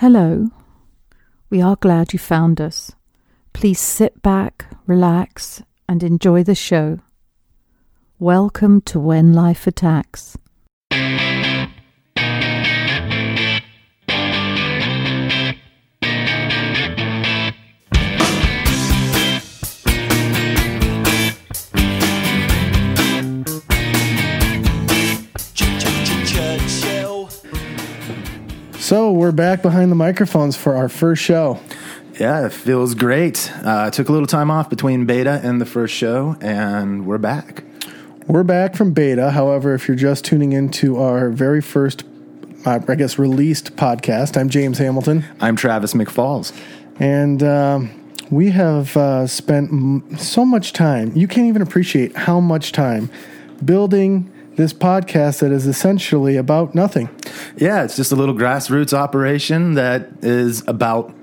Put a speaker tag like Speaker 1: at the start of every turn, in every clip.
Speaker 1: Hello. We are glad you found us. Please sit back, relax, and enjoy the show. Welcome to When Life Attacks.
Speaker 2: Churchill.
Speaker 3: So we're back behind the microphones for our first show.
Speaker 4: Yeah, it feels great. Uh, took a little time off between beta and the first show, and we're back.
Speaker 3: We're back from beta. However, if you're just tuning into our very first, uh, I guess, released podcast, I'm James Hamilton,
Speaker 4: I'm Travis McFalls.
Speaker 3: and um, we have uh, spent m- so much time. You can't even appreciate how much time building this podcast that is essentially about nothing.
Speaker 4: Yeah, it's just a little grassroots operation that is about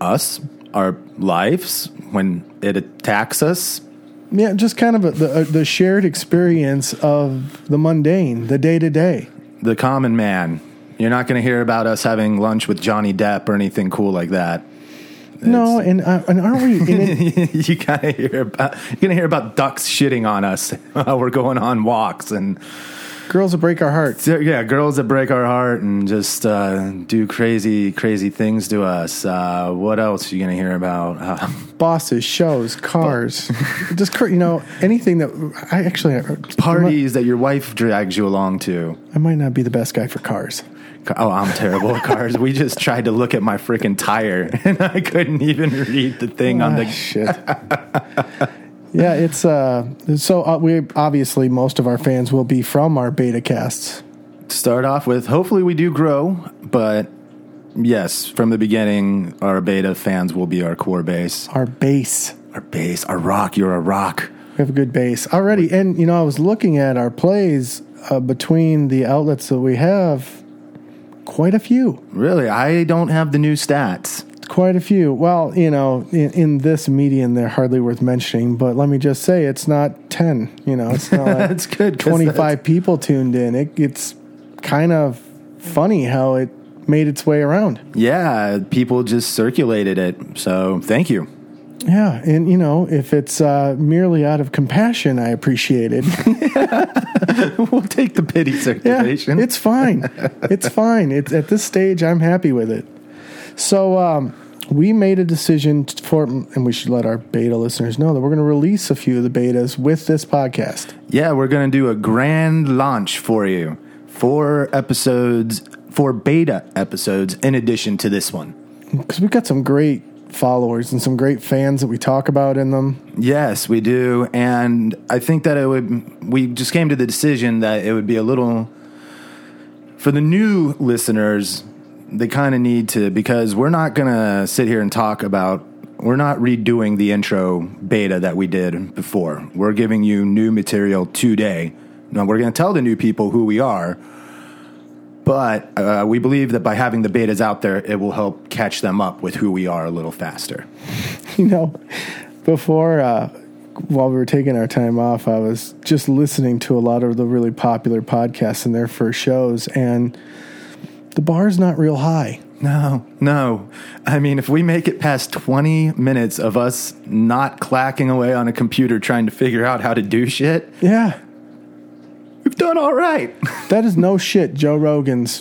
Speaker 4: us, our lives, when it attacks us.
Speaker 3: Yeah, just kind of a, the, a, the shared experience of the mundane, the day to day.
Speaker 4: The common man. You're not going to hear about us having lunch with Johnny Depp or anything cool like that.
Speaker 3: No, and uh, and aren't we? and it-
Speaker 4: you gotta hear about you're gonna hear about ducks shitting on us. while We're going on walks and
Speaker 3: girls will break our hearts.
Speaker 4: So, yeah, girls that break our heart and just uh, do crazy, crazy things to us. Uh, what else are you gonna hear about? Uh,
Speaker 3: bosses, shows, cars, just cur- you know anything that I actually
Speaker 4: parties that your wife drags you along to.
Speaker 3: I might not be the best guy for cars.
Speaker 4: Ca- Oh, I'm terrible at cars. We just tried to look at my freaking tire, and I couldn't even read the thing on
Speaker 3: Ah,
Speaker 4: the.
Speaker 3: shit. yeah, it's uh. So uh, we obviously most of our fans will be from our beta casts.
Speaker 4: Start off with. Hopefully, we do grow, but yes, from the beginning, our beta fans will be our core base,
Speaker 3: Our base.
Speaker 4: our base, our rock. You're a rock.
Speaker 3: We have a good base already, and you know I was looking at our plays uh, between the outlets that we have. Quite a few.
Speaker 4: Really, I don't have the new stats.
Speaker 3: Quite a few. Well, you know, in, in this median, they're hardly worth mentioning. But let me just say, it's not ten. You know, it's not. Like
Speaker 4: That's good. 'cause uh,
Speaker 3: twenty
Speaker 4: that's-
Speaker 3: five people tuned in. It, it's kind of funny how it made its way around.
Speaker 4: Yeah, people just circulated it. So thank you.
Speaker 3: Yeah, and you know, if it's uh, merely out of compassion, I appreciate it.
Speaker 4: we'll take the pity
Speaker 3: Yeah,
Speaker 4: circulation.
Speaker 3: it's fine. It's fine. It's at this stage, I'm happy with it. So um, we made a decision t- for, and we should let our beta listeners know that we're going to release a few of the betas with this podcast.
Speaker 4: yeah, we're going to do a grand launch for you. Four episodes, four beta episodes in addition to this one.
Speaker 3: because we've got some great followers and some great fans that we talk about in them.
Speaker 4: Yes, we do. And I think that it would, we just came to the decision that it would be a little, for the new listeners, they kind of need to, because we're not going to sit here and talk about, we're not redoing the intro beta that we did before. We're giving you new material today. Now, we're going to tell the new people who we are. But uh, we believe that by having the betas out there, it will help catch them up with who we are a little faster.
Speaker 3: you know, before uh, while we were taking our time off, I was just listening to a lot of the really popular podcasts and their first shows, and the bar's not real high.
Speaker 4: No, no. I mean, if we make it past 20 minutes of us not clacking away on a computer trying to figure out how to do shit,
Speaker 3: Yeah,
Speaker 4: we've done all right.
Speaker 3: that is no shit. Joe Rogan's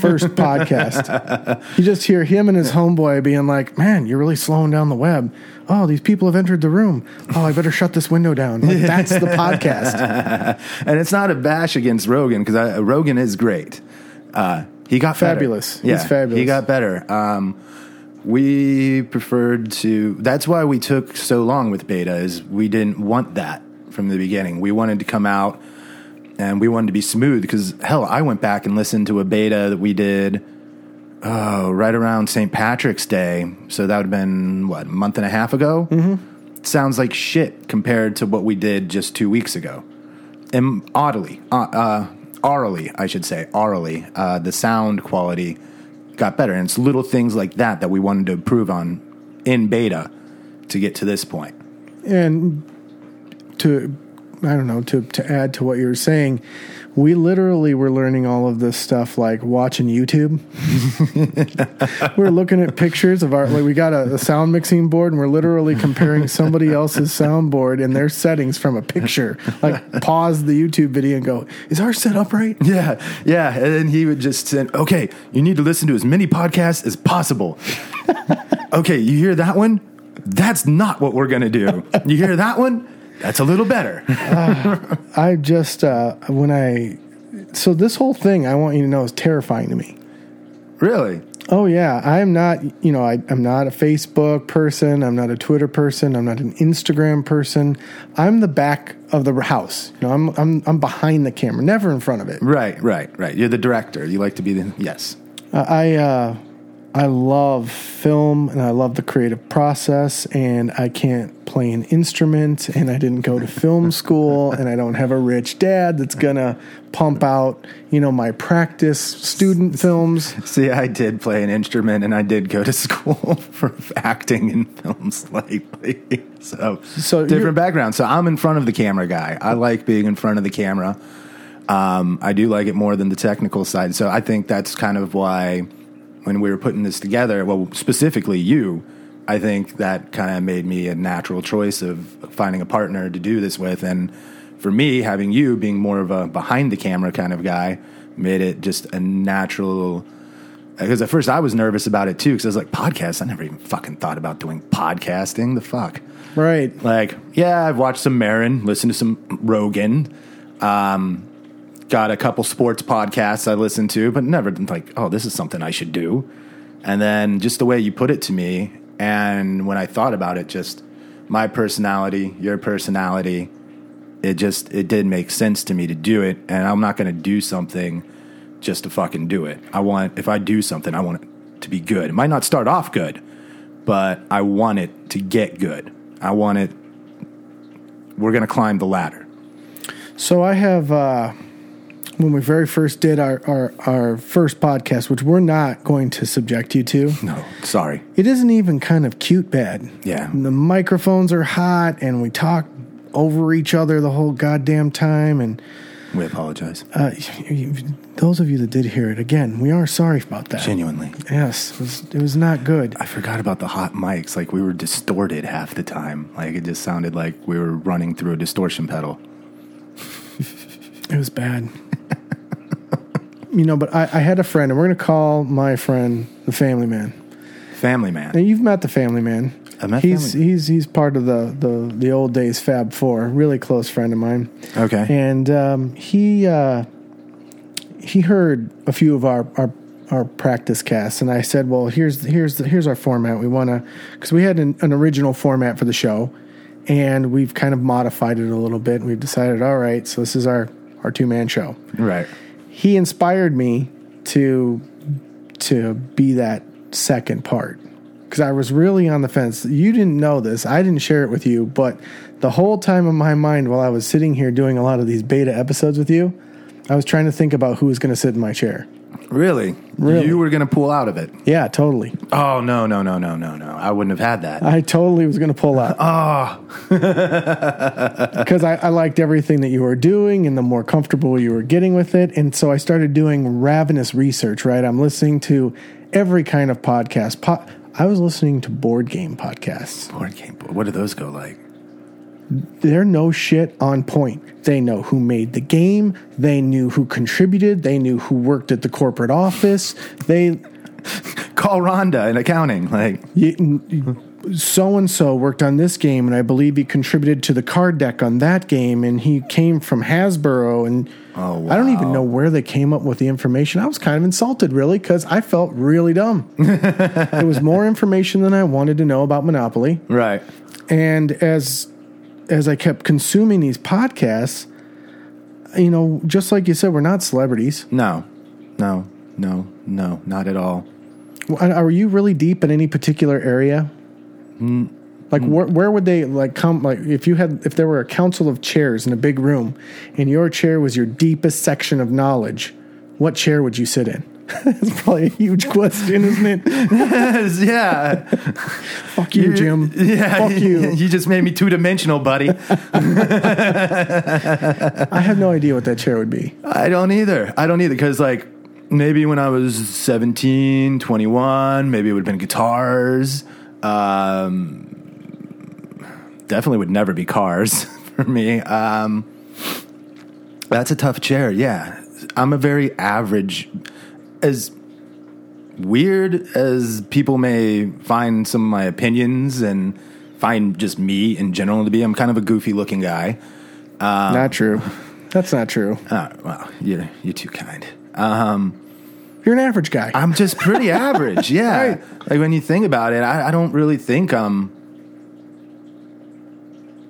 Speaker 3: first podcast. You just hear him and his homeboy being like, "Man, you're really slowing down the web." Oh, these people have entered the room. Oh, I better shut this window down. Like, that's the podcast.
Speaker 4: And it's not a bash against Rogan because Rogan is great. Uh, he got better.
Speaker 3: Fabulous.
Speaker 4: Yeah,
Speaker 3: He's fabulous.
Speaker 4: He got better. Um, we preferred to. That's why we took so long with beta. Is we didn't want that from the beginning. We wanted to come out and we wanted to be smooth because hell, I went back and listened to a beta that we did. Oh, right around St. Patrick's Day. So that would have been what a month and a half ago. Mm-hmm. Sounds like shit compared to what we did just two weeks ago and oddly, uh, uh, orally, I should say, orally, uh, the sound quality got better. And it's little things like that that we wanted to improve on in beta to get to this point.
Speaker 3: and to I don't know to to add to what you were saying, we literally were learning all of this stuff like watching YouTube. we are looking at pictures of our like we got a, a sound mixing board and we're literally comparing somebody else's soundboard and their settings from a picture. Like pause the YouTube video and go, is our setup right?
Speaker 4: Yeah, yeah. And then he would just send, okay, you need to listen to as many podcasts as possible. okay, you hear that one? That's not what we're going to do. You hear that one? That's a little better.
Speaker 3: I just uh, when I so this whole thing I want you to know is terrifying to me.
Speaker 4: really?
Speaker 3: Oh yeah, I'm not. You know, I, I'm not a Facebook person. I'm not a Twitter person. I'm not an Instagram person. I'm the back of the house. You know, I'm I'm I'm behind the camera, never in front of it.
Speaker 4: Right, right, right. You're the director. You like to be the, yes.
Speaker 3: Uh, I uh, I love film and I love the creative process. And I can't play an instrument. And I didn't go to film school. And I don't have a rich dad that's gonna pump out you know my practice student films.
Speaker 4: See, I did play an instrument and I did go to school for acting in films lately. So,
Speaker 3: So you're-
Speaker 4: different background. So I'm in front of the camera guy. I like being in front of the camera. Um, I do like it more than the technical side. So I think that's kind of why when we were putting this together, well, specifically you, I think that kind of made me a natural choice of finding a partner to do this with. And for me, having you being more of a behind the camera kind of guy made it just a natural because at first I was nervous about it too because I was like, podcasts. I never even fucking thought about doing podcasting. The fuck,
Speaker 3: Right.
Speaker 4: like, yeah, I've watched some Marin, listened to some Rogan, um, got a couple sports podcasts I listened to, but never been like, oh, this is something I should do. And then just the way you put it to me, and when I thought about it, just my personality, your personality, it just it did make sense to me to do it. And I'm not going to do something just to fucking do it. I want if I do something, I want it to be good. It might not start off good, but I want it to get good. I want it. We're going to climb the ladder.
Speaker 3: So I have uh, when we very first did our, our our first podcast, which we're not going to subject you to.
Speaker 4: No, sorry.
Speaker 3: It isn't even kind of cute bad.
Speaker 4: Yeah.
Speaker 3: the microphones are hot, and we talk over each other the whole goddamn time. And
Speaker 4: We apologize.
Speaker 3: uh, you- you- those of you that did hear it, again, we are sorry about that.
Speaker 4: Genuinely.
Speaker 3: Yes, it was, it was not good.
Speaker 4: I forgot about the hot mics. Like, we were distorted half the time. Like, it just sounded like we were running through a distortion pedal.
Speaker 3: It was bad. you know, but I, I had a friend, and we're going to call my friend the family man.
Speaker 4: Family man.
Speaker 3: And you've met the Family Man.
Speaker 4: I met
Speaker 3: he's
Speaker 4: Family
Speaker 3: he's he's part of the the the old days Fab Four, really close friend of mine.
Speaker 4: Okay.
Speaker 3: And um, he uh, he heard a few of our our our practice casts, and I said, "Well, here's here's the, here's our format. We want to because we had an, an original format for the show, and we've kind of modified it a little bit. We've decided, all right, so this is our our two man show.
Speaker 4: Right.
Speaker 3: He inspired me to to be that second part because I was really on the fence. You didn't know this. I didn't share it with you, but the whole time in my mind while I was sitting here doing a lot of these beta episodes with you, I was trying to think about who was going to sit in my chair.
Speaker 4: Really?
Speaker 3: Really.
Speaker 4: You were going to pull out of it.
Speaker 3: Yeah, totally.
Speaker 4: Oh, no, no, no, no, no, no. I wouldn't have had that.
Speaker 3: I totally was going to pull out. Oh. Because I, I liked everything that you were doing and the more comfortable you were getting with it. And so I started doing ravenous research, right? I'm listening to every kind of podcast. Po- I was listening to board game podcasts.
Speaker 4: Board game. What do those go like?
Speaker 3: They're no shit on point. They know who made the game, they knew who contributed, they knew who worked at the corporate office. They
Speaker 4: Call Rhonda in accounting. Like,
Speaker 3: so and so worked on this game, and I believe he contributed to the card deck on that game, and he came from Hasbro, and
Speaker 4: Oh,
Speaker 3: I don't even know where they came up with the information. I was kind of insulted, really, because I felt really dumb. it was more information than I wanted to know about Monopoly,
Speaker 4: right.
Speaker 3: and as as I kept consuming these podcasts, you know, just like you said, we're not celebrities.
Speaker 4: No, no, no, no, not at all.
Speaker 3: Are are you really deep in any particular area?
Speaker 4: Mm.
Speaker 3: Like where where would they like come like if you had if there were a council of chairs in a big room and your chair was your deepest section of knowledge, what chair would you sit in? That's probably a huge question, isn't it?
Speaker 4: yeah.
Speaker 3: Fuck you, Jim.
Speaker 4: Yeah.
Speaker 3: Fuck you.
Speaker 4: you just made me two dimensional, buddy.
Speaker 3: I had no idea what that chair would be.
Speaker 4: I don't either. I don't either. Because, like, maybe when I was 17, 21, maybe it would have been guitars. Um, definitely would never be cars for me. Um, that's a tough chair. Yeah. I'm a very average, as weird as people may find some of my opinions and find just me in general to be. I'm kind of a goofy looking guy. Ah.
Speaker 3: not true. That's not true.
Speaker 4: Uh, well, you're, you're too kind.
Speaker 3: You're an average guy.
Speaker 4: I'm just pretty average. Yeah.
Speaker 3: Right.
Speaker 4: Like when you think about it, I, I don't really think I'm,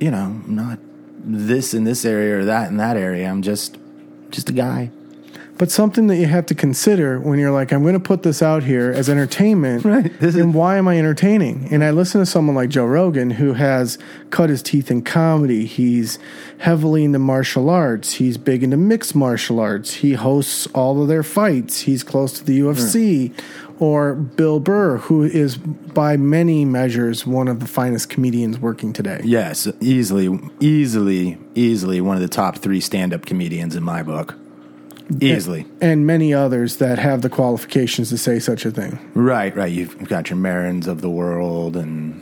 Speaker 4: you know, not this in this area or that in that area. I'm just, just a guy.
Speaker 3: But something that you have to consider when you're like, I'm going to put this out here as entertainment.
Speaker 4: Right. This is-
Speaker 3: and why am I entertaining? And I listen to someone like Joe Rogan who has cut his teeth in comedy. He's heavily into martial arts. He's big into mixed martial arts. He hosts all of their fights. He's close to the UFC. Or Bill Burr, who is by many measures one of the finest comedians working today.
Speaker 4: Yes, easily, easily, easily one of the top three stand-up comedians in my book. Easily.
Speaker 3: And many others that have the qualifications to say such a thing.
Speaker 4: Right, right. You've you've got your Marins of the world, and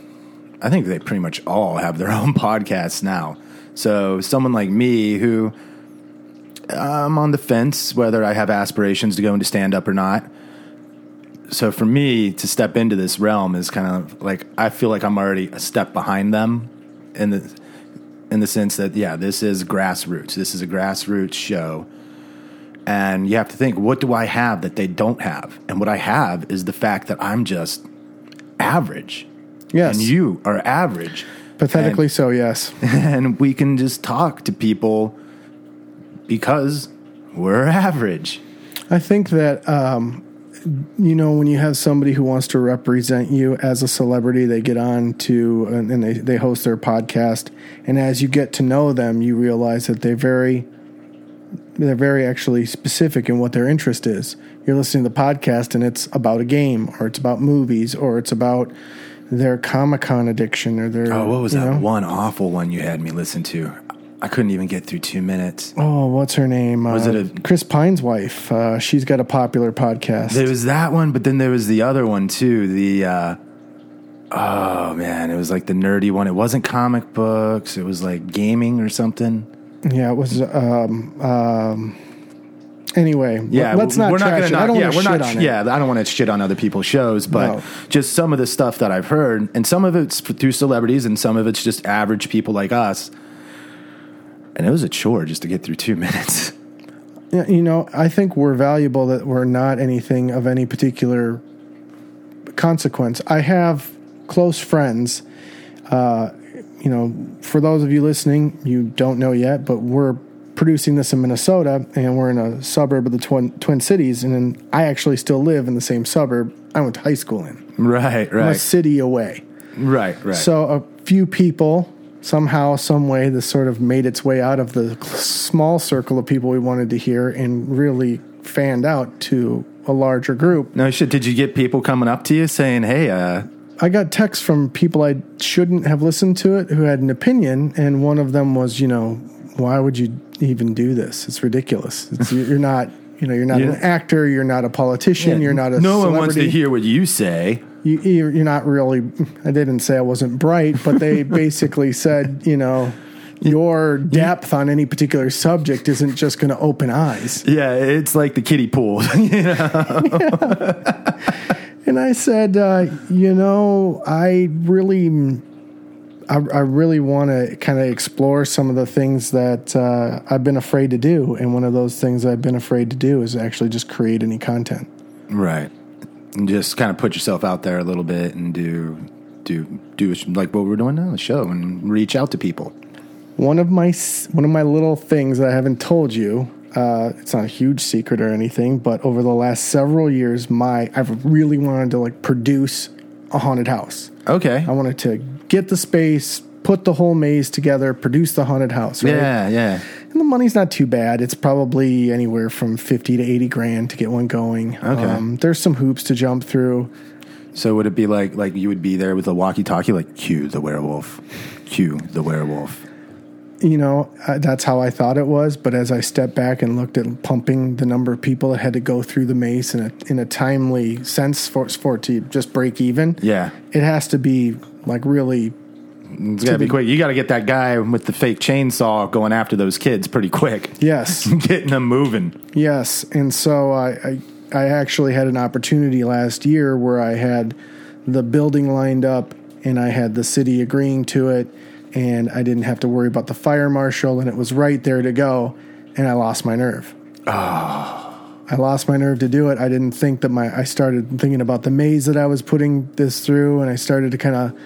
Speaker 4: I think they pretty much all have their own podcasts now. So someone like me, who I'm on the fence whether I have aspirations to go into stand up or not. So for me to step into this realm is kind of like I feel like I'm already a step behind them in the in the sense that yeah, this is grassroots. This is a grassroots show. And you have to think, what do I have that they don't have? And what I have is the fact that I'm just average.
Speaker 3: Yes.
Speaker 4: And you are average.
Speaker 3: Pathetically so, yes.
Speaker 4: And we can just talk to people because we're average.
Speaker 3: I think that um, you know when you have somebody who wants to represent you as a celebrity, they get on to and, and they they host their podcast, and as you get to know them, you realize that they're very they're very actually specific in what their interest is. You're listening to the podcast, and it's about a game, or it's about movies, or it's about their Comic Con addiction, or their
Speaker 4: Oh, what was
Speaker 3: you
Speaker 4: that
Speaker 3: know?
Speaker 4: one awful one you had me listen to? I couldn't even get through two minutes.
Speaker 3: Oh, what's her name? Was
Speaker 4: it a-
Speaker 3: Chris Pine's wife? Uh, she's got a popular podcast.
Speaker 4: There was that one, but then there was the other one too. The uh, oh man, it was like the nerdy one. It wasn't comic books. It was like gaming or something.
Speaker 3: Yeah, it was. Um, um, anyway,
Speaker 4: Yeah,
Speaker 3: let, us not
Speaker 4: we're
Speaker 3: trash it.
Speaker 4: not going to.
Speaker 3: I don't
Speaker 4: yeah,
Speaker 3: want to
Speaker 4: we're
Speaker 3: shit
Speaker 4: not.
Speaker 3: on it.
Speaker 4: Yeah, I don't want to shit on other people's shows, but
Speaker 3: No.
Speaker 4: just some of the stuff that I've heard, and some of it's through celebrities, and some of it's just average people like us. And it was a chore just to get through two minutes.
Speaker 3: Yeah, you know, I think we're valuable that we're not anything of any particular consequence. I have close friends. Uh, you know, for those of you listening, you don't know yet, but we're producing this in Minnesota, and we're in a suburb of the Twin Twin Cities, and then I actually still live in the same suburb I went to high school in,
Speaker 4: right,
Speaker 3: a
Speaker 4: right,
Speaker 3: city away.
Speaker 4: right, right.
Speaker 3: So a few people somehow, some way, this sort of made its way out of the small circle of people we wanted to hear and really fanned out to a larger group.
Speaker 4: no shit. Did you get people coming up to you saying, "Hey, uh,
Speaker 3: I got texts from people I shouldn't have listened to it who had an opinion, and one of them was, you know, why would you even do this? It's ridiculous. It's, you're not. You know, you're not
Speaker 4: Yeah.
Speaker 3: an actor. You're not a politician. You're not a.
Speaker 4: no one wants to
Speaker 3: celebrity.
Speaker 4: hear what you say."
Speaker 3: you, you're you're not really i didn't say i wasn't bright but they basically said you know your depth on any particular subject isn't just going to open eyes
Speaker 4: Yeah, it's like the kiddie pool.
Speaker 3: and i said uh, you know i really I, I really want to kind of explore some of the things that uh, I've been afraid to do. And one of those things I've been afraid to do is actually just create any content.
Speaker 4: right. And just kind of put yourself out there a little bit and do do do like what we're doing now, the show, and reach out to people.
Speaker 3: one of my s- one of my little things that I haven't told you. Uh, it's not a huge secret or anything, but over the last several years, my I've really wanted to like produce a haunted house.
Speaker 4: Okay.
Speaker 3: I wanted to get the space, put the whole maze together, produce the haunted house. Right?
Speaker 4: Yeah, yeah.
Speaker 3: And the money's not too bad. It's probably anywhere from 50 to 80 grand to get one going. Um,
Speaker 4: Okay.
Speaker 3: there's some hoops to jump through.
Speaker 4: So would it be like like you would be there with a walkie-talkie, like cue the werewolf, cue the werewolf?
Speaker 3: You know, uh, that's how I thought it was. But as I stepped back and looked at pumping the number of people that had to go through the mace in a, in a timely sense for, for it to just break even,
Speaker 4: Yeah,
Speaker 3: it has to be like really
Speaker 4: it's gotta be quick. You got to get that guy with the fake chainsaw going after those kids pretty quick,
Speaker 3: yes.
Speaker 4: getting them moving.
Speaker 3: Yes, and so I, I I actually had an opportunity last year where I had the building lined up and I had the city agreeing to it and I didn't have to worry about the fire marshal and it was right there to go and I lost my nerve. I lost my nerve to do it. I didn't think that my I started thinking about the maze that I was putting this through and I started to kind of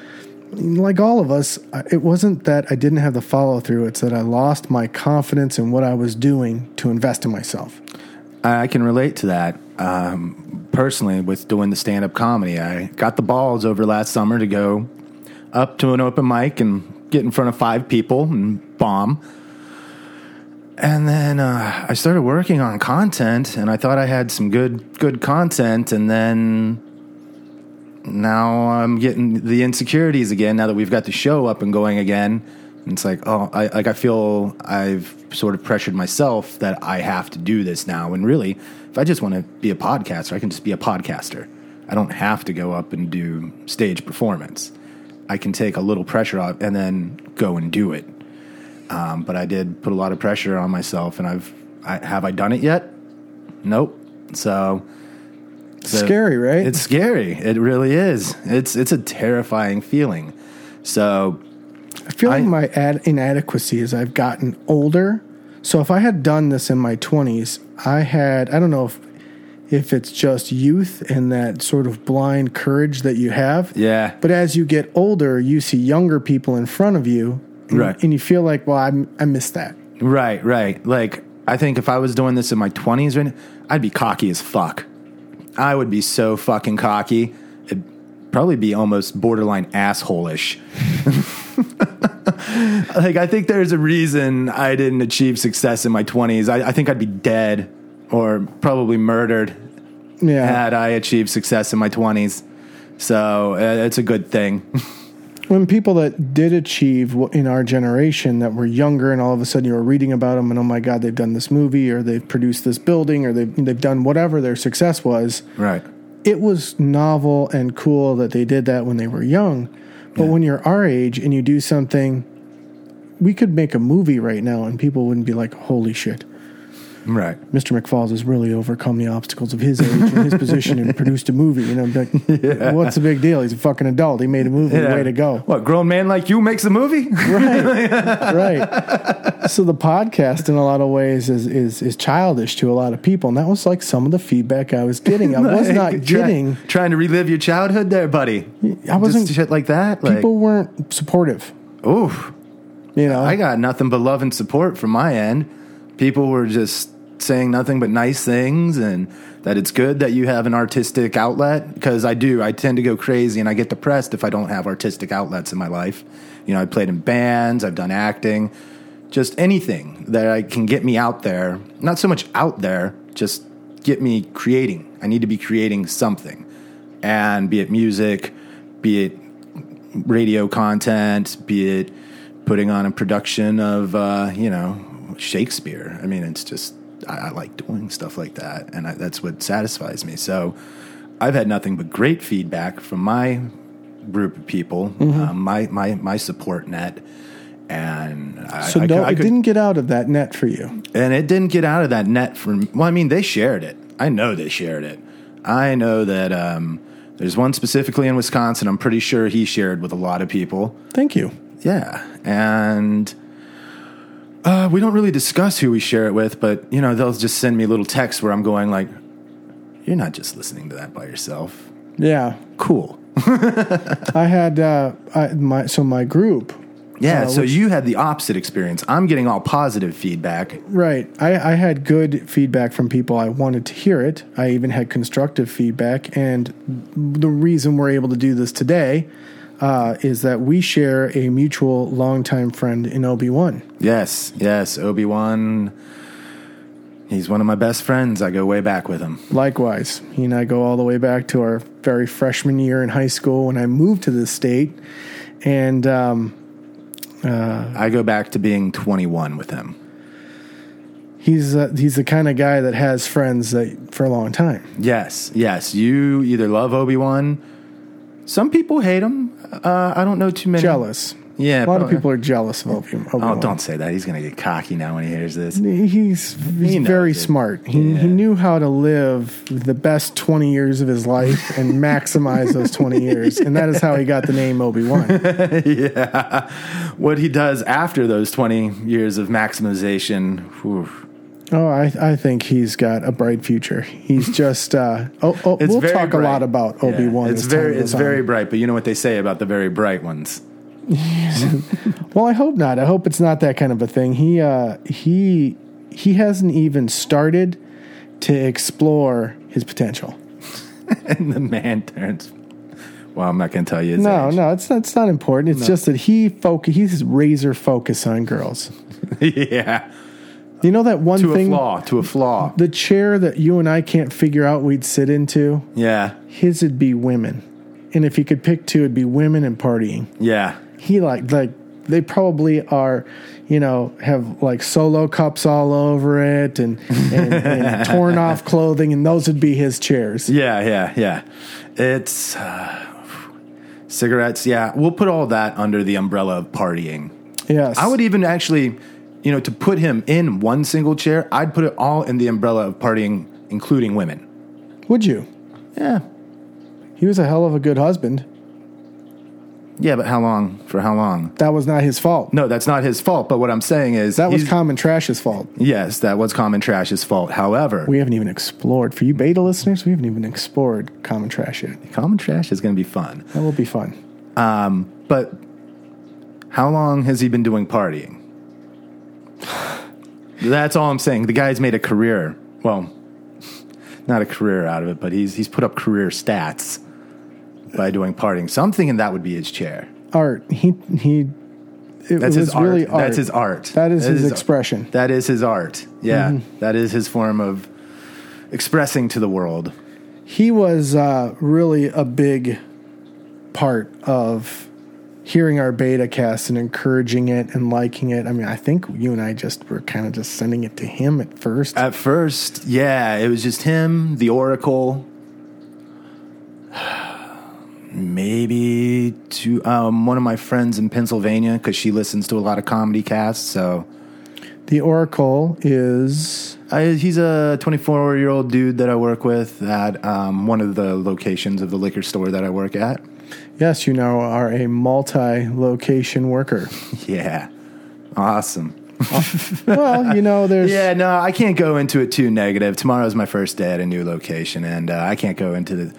Speaker 3: like all of us, I- it wasn't that I didn't have the follow through. It's that I lost my confidence in what I was doing to invest in myself.
Speaker 4: I can relate to that um, personally with doing the stand-up comedy. I got the balls over last summer to go up to an open mic and get in front of five people and bomb. And then uh, I started working on content, and I thought I had some good good content, and then now I'm getting the insecurities again. Now that we've got the show up and going again, and it's like oh, I like I feel I've sort of pressured myself that I have to do this now. And really, if I just want to be a podcaster, I can just be a podcaster. I don't have to go up and do stage performance. I can take a little pressure off and then go and do it. Um, but I did put a lot of pressure on myself, and I've I, have I done it yet? Nope. So the-
Speaker 3: Scary, right?
Speaker 4: It's scary. It really is. It's it's a terrifying feeling. So
Speaker 3: I feel like
Speaker 4: I-
Speaker 3: my ad- inadequacy as I've gotten older. So if I had done this in my twenties, I had I don't know if if it's just youth and that sort of blind courage that you have.
Speaker 4: yeah,
Speaker 3: But as you get older, you see younger people in front of you, and,
Speaker 4: Right.
Speaker 3: And you feel like, well, I'm, I missed that.
Speaker 4: right, right. Like I think if I was doing this in my twenties, right, I'd be cocky as fuck. I would be so fucking cocky. It'd probably be almost borderline asshole-ish. like I think there's a reason I didn't achieve success in my twenties. I, I think I'd be dead or probably murdered
Speaker 3: Yeah.
Speaker 4: had I achieved success in my 20s. So uh, it's a good thing.
Speaker 3: when people that did achieve wh- in our generation that were younger and all of a sudden you were reading about them and oh my god they've done this movie or they've produced this building or they've, they've done whatever their success was
Speaker 4: right.
Speaker 3: it was novel and cool that they did that when they were young but when you're our age and you do something we could make a movie right now and people wouldn't be like holy shit
Speaker 4: Right.
Speaker 3: Mr. McFalls has really overcome the obstacles of his age and his position and produced a movie. You know, be like, what's the big deal? He's a fucking adult. He made a movie. Way to go.
Speaker 4: What, grown man like you makes a movie?
Speaker 3: right. So the podcast, in a lot of ways, is is is childish to a lot of people, and that was like some of the feedback I was getting. I was not
Speaker 4: Like,
Speaker 3: getting.
Speaker 4: Try, trying to relive your childhood there, buddy.
Speaker 3: I wasn't-
Speaker 4: Just shit like that. Like,
Speaker 3: People weren't supportive.
Speaker 4: oof.
Speaker 3: You know,
Speaker 4: I got nothing but love and support from my end. People were just saying nothing but nice things and that it's good that you have an artistic outlet because I do. I tend to go crazy and I get depressed if I don't have artistic outlets in my life. You know, I played in bands, I've done acting, just anything that I can get me out there. Not so much out there, just get me creating. I need to be creating something. And be it music, be it radio content, be it putting on a production of uh, you know Shakespeare. I mean, it's just I, I like doing stuff like that, and I, that's what satisfies me. So I've had nothing but great feedback from my group of people,
Speaker 3: Mm-hmm.
Speaker 4: um, my my my support net, and I,
Speaker 3: so
Speaker 4: I,
Speaker 3: no,
Speaker 4: I
Speaker 3: it
Speaker 4: could-
Speaker 3: didn't get out of that net for you.
Speaker 4: and it didn't get out of that net from. Well, I mean, they shared it. I know they shared it. I know that um, there's one specifically in Wisconsin. I'm pretty sure he shared with a lot of people.
Speaker 3: Thank you.
Speaker 4: Yeah, and uh, we don't really discuss who we share it with, but you know, they'll just send me little texts where I'm going like, "You're not just listening to that by yourself."
Speaker 3: Yeah,
Speaker 4: Cool.
Speaker 3: I had uh, I, my so my group.
Speaker 4: Yeah.
Speaker 3: Uh,
Speaker 4: so
Speaker 3: which-
Speaker 4: you had the opposite experience. I'm getting all positive feedback.
Speaker 3: Right, I, I had good feedback from people. I wanted to hear it. I even had constructive feedback, and the reason we're able to do this today uh, is that we share a mutual longtime friend in Obi Wan.
Speaker 4: Yes, yes, Obi Wan. He's one of my best friends. I go way back with him.
Speaker 3: Likewise, he and I go all the way back to our very freshman year in high school when I moved to this state, and um,
Speaker 4: I go back to being 21 with him.
Speaker 3: he's uh, he's the kind of guy that has friends that for a long time.
Speaker 4: Yes, yes. You either love Obi Wan. Some people hate him. Uh, I don't know too many.
Speaker 3: Jealous. a
Speaker 4: Yeah,
Speaker 3: lot of
Speaker 4: probably.
Speaker 3: people are jealous of Obi.
Speaker 4: Oh, don't say that. He's gonna get cocky now when he hears this.
Speaker 3: He's he's
Speaker 4: He knows
Speaker 3: very
Speaker 4: it.
Speaker 3: smart. He he knew how to live the best twenty years of his life and maximize those twenty years, and that is how he got the name Obi Wan.
Speaker 4: What he does after those 20 years of maximization. whew.
Speaker 3: Oh, I I think he's got a bright future. He's just uh, oh, oh
Speaker 4: It's
Speaker 3: we'll
Speaker 4: very
Speaker 3: talk
Speaker 4: bright.
Speaker 3: a lot about
Speaker 4: Yeah,
Speaker 3: Obi Wan.
Speaker 4: It's very, it's very bright. But you know what they say about the very bright ones.
Speaker 3: Well, I hope not. I hope it's not that kind of a thing. He uh, he he hasn't even started to explore his potential.
Speaker 4: And the man turns. Well, I'm not gonna tell you. His
Speaker 3: No,
Speaker 4: age.
Speaker 3: no, it's not, it's not important. It's just that he focus. He's razor focused on girls.
Speaker 4: yeah,
Speaker 3: You know that one
Speaker 4: to
Speaker 3: thing.
Speaker 4: a flaw. To a flaw.
Speaker 3: The chair that you and I can't figure out we'd sit into,
Speaker 4: Yeah,
Speaker 3: his would be women, and if he could pick two, it'd be women and partying.
Speaker 4: yeah.
Speaker 3: He like like they probably are, you know, have like solo cups all over it and and, and torn off clothing, and those would be his chairs.
Speaker 4: Yeah, yeah, yeah. It's uh, cigarettes. Yeah, we'll put all that under the umbrella of partying.
Speaker 3: Yes,
Speaker 4: I would even actually, you know, to put him in one single chair, I'd put it all in the umbrella of partying, including women.
Speaker 3: Would you?
Speaker 4: Yeah,
Speaker 3: He was a hell of a good husband.
Speaker 4: yeah, but how long? For how long?
Speaker 3: That was not his fault.
Speaker 4: No, that's not his fault. But what I'm saying is
Speaker 3: That was
Speaker 4: he's-
Speaker 3: common trash's fault.
Speaker 4: yes, that was Common Trash's fault. However,
Speaker 3: We haven't even explored. For you beta listeners, we haven't even explored common trash yet.
Speaker 4: Common Trash is going to be fun.
Speaker 3: That will be fun.
Speaker 4: But how long has he been doing partying? That's all I'm saying. The guy's made a career. Well, not a career out of it, but he's he's put up career stats by doing partying. So I'm thinking that would be his chair.
Speaker 3: Art. He he. It
Speaker 4: That's
Speaker 3: was
Speaker 4: his art.
Speaker 3: really art.
Speaker 4: That's his art.
Speaker 3: That is his
Speaker 4: his
Speaker 3: expression. Mm-hmm.
Speaker 4: That is his art. Yeah, That is his form of expressing to the world.
Speaker 3: he was uh, really a big part of hearing our beta cast and encouraging it and liking it. I mean, I think you and I just were kind of just sending it to him at first.
Speaker 4: At first, yeah, it was just him, the Oracle. Maybe to um, one of my friends in Pennsylvania because she listens to a lot of comedy casts. So
Speaker 3: the Oracle is
Speaker 4: I, he's a 24 year old dude that I work with at um, one of the locations of the liquor store that I work at.
Speaker 3: yes, you now are a multi-location worker.
Speaker 4: Yeah, awesome.
Speaker 3: well, you know, there's
Speaker 4: Yeah, no, I can't go into it too negative. Tomorrow's my first day at a new location, and uh, I can't go into the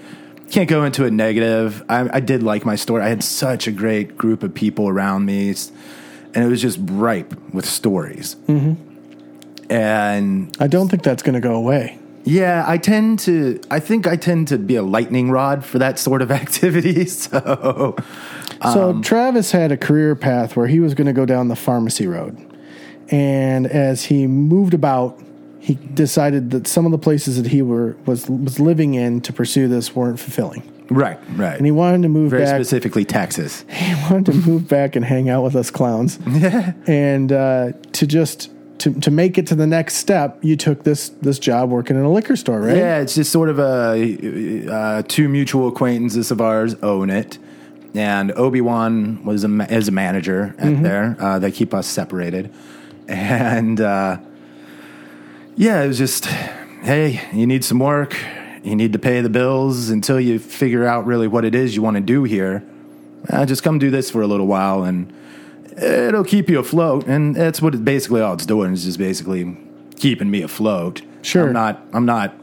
Speaker 4: can't go into it negative. I, I did like my story. I had such a great group of people around me, s- and it was just ripe with stories. Mm-hmm. And
Speaker 3: I don't think that's going to go away.
Speaker 4: yeah, I tend to. I think I tend to be a lightning rod for that sort of activity. So
Speaker 3: So
Speaker 4: Um,
Speaker 3: Travis had a career path where he was going to go down the pharmacy road. And as he moved about, he decided that some of the places that he were was was living in to pursue this weren't fulfilling.
Speaker 4: right, right.
Speaker 3: And he wanted to move
Speaker 4: Very
Speaker 3: back.
Speaker 4: specifically, Texas.
Speaker 3: He wanted to move back and hang out with us clowns. and uh, to just to, to make it to the next step, you took this this job working in a liquor store, right?
Speaker 4: Yeah, it's just sort of a uh, two mutual acquaintances of ours own it, and Obi Wan was a ma- is a manager at there. Uh, they keep us separated, and uh, yeah, it was just hey, you need some work, you need to pay the bills until you figure out really what it is you want to do here. Uh, just come do this for a little while, and it'll keep you afloat. And that's what it, basically all it's doing is just basically keeping me afloat.
Speaker 3: Sure.
Speaker 4: I'm not I'm not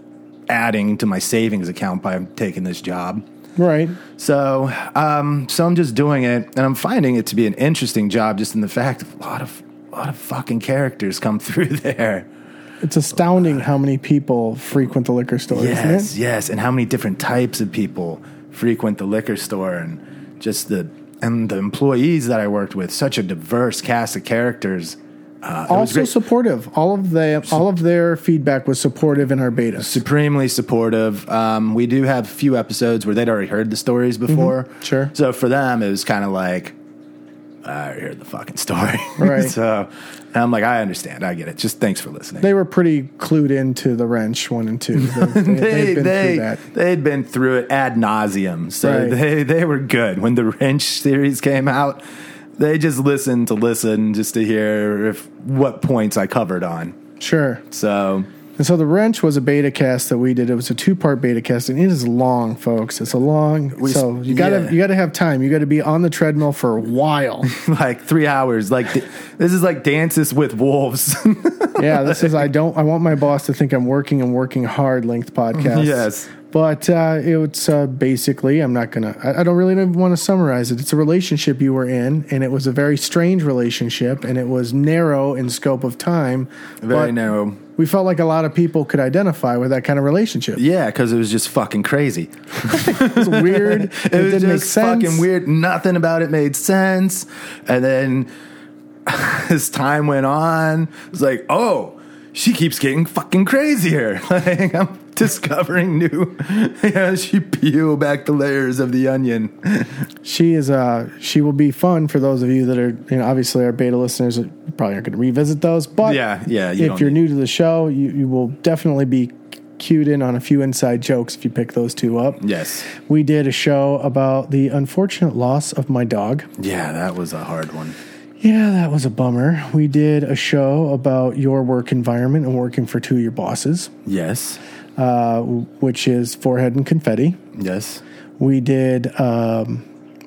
Speaker 4: adding to my savings account by taking this job.
Speaker 3: Right.
Speaker 4: So, um, so I'm just doing it, and I'm finding it to be an interesting job, just in the fact a lot of a lot of fucking characters come through there.
Speaker 3: It's astounding how many people frequent the liquor store, isn't it?
Speaker 4: Yes, yes, and how many different types of people frequent the liquor store, and just the and the employees that I worked with, such a diverse cast of characters. Uh, it was
Speaker 3: also
Speaker 4: great.
Speaker 3: supportive. All of them, all of their feedback was supportive in our beta.
Speaker 4: supremely supportive. Um, we do have a few episodes where they'd already heard the stories before.
Speaker 3: Mm-hmm. sure.
Speaker 4: So for them, it was kind of like, I already heard the fucking story.
Speaker 3: Right.
Speaker 4: so and I'm like, I understand. I get it. Just thanks for listening.
Speaker 3: They were pretty clued into the wrench one and two. They, had been
Speaker 4: they they
Speaker 3: through that.
Speaker 4: they'd been through it ad nauseum, so
Speaker 3: Right.
Speaker 4: they they were good when the wrench series came out. They just listened to listen just to hear if what points I covered on.
Speaker 3: Sure.
Speaker 4: So
Speaker 3: And so the wrench was a beta cast that we did. It was a two part beta cast, and it is long, folks. It's a long.
Speaker 4: We-
Speaker 3: so you gotta
Speaker 4: yeah.
Speaker 3: you gotta have time. You gotta be on the treadmill for a while.
Speaker 4: like three hours, like th- this is like dances with wolves.
Speaker 3: yeah, this is. I don't. I want my boss to think I'm working and working hard length podcast.
Speaker 4: Yes.
Speaker 3: But uh, it's uh, basically, I'm not gonna. I, I don't really want to summarize it. It's a relationship you were in, and it was a very strange relationship, and it was narrow in scope of time.
Speaker 4: Very
Speaker 3: but
Speaker 4: narrow.
Speaker 3: We felt like a lot of people could identify with that kind of relationship.
Speaker 4: Yeah, because it was just fucking crazy.
Speaker 3: It was weird. it
Speaker 4: It was
Speaker 3: didn't
Speaker 4: just
Speaker 3: make sense.
Speaker 4: fucking weird. Nothing about it made sense. And then as time went on, it's like, oh, she keeps getting fucking crazier. Like I'm discovering new. yeah, she peel back the layers of the onion.
Speaker 3: she is uh she will be fun for those of you that are you know obviously our beta listeners are probably aren't going to revisit those but
Speaker 4: Yeah, yeah, you
Speaker 3: if
Speaker 4: don't
Speaker 3: you're
Speaker 4: need-
Speaker 3: new to the show you, you will definitely be cued in on a few inside jokes if you pick those two up
Speaker 4: Yes.
Speaker 3: we did a show about the unfortunate loss of my dog
Speaker 4: Yeah, that was a hard one.
Speaker 3: yeah that was a bummer we did a show about your work environment and working for two of your bosses
Speaker 4: Yes.
Speaker 3: uh, which is forehead and confetti
Speaker 4: Yes.
Speaker 3: we did um,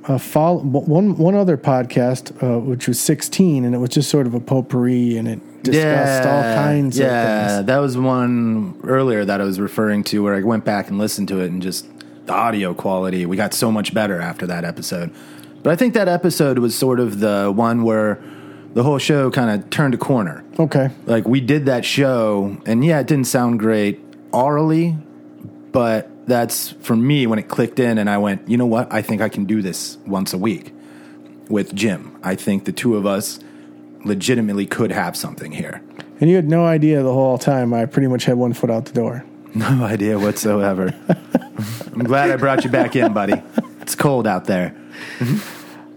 Speaker 3: a follow one one other podcast uh, which was 16 and it was just sort of a potpourri and it discussed all kinds
Speaker 4: yeah,
Speaker 3: of things
Speaker 4: that was one earlier that I was referring to where I went back and listened to it and just the audio quality, we got so much better after that episode. But I think that episode was sort of the one where the whole show kind of turned a corner.
Speaker 3: okay
Speaker 4: Like we did that show and yeah, it didn't sound great orally, but that's for me when it clicked in and I went, you know what? I think I can do this once a week with Jim. I think the two of us legitimately could have something here.
Speaker 3: and you had no idea the whole time i pretty much had one foot out the door
Speaker 4: No idea whatsoever. I'm glad I brought you back in, buddy. It's cold out there.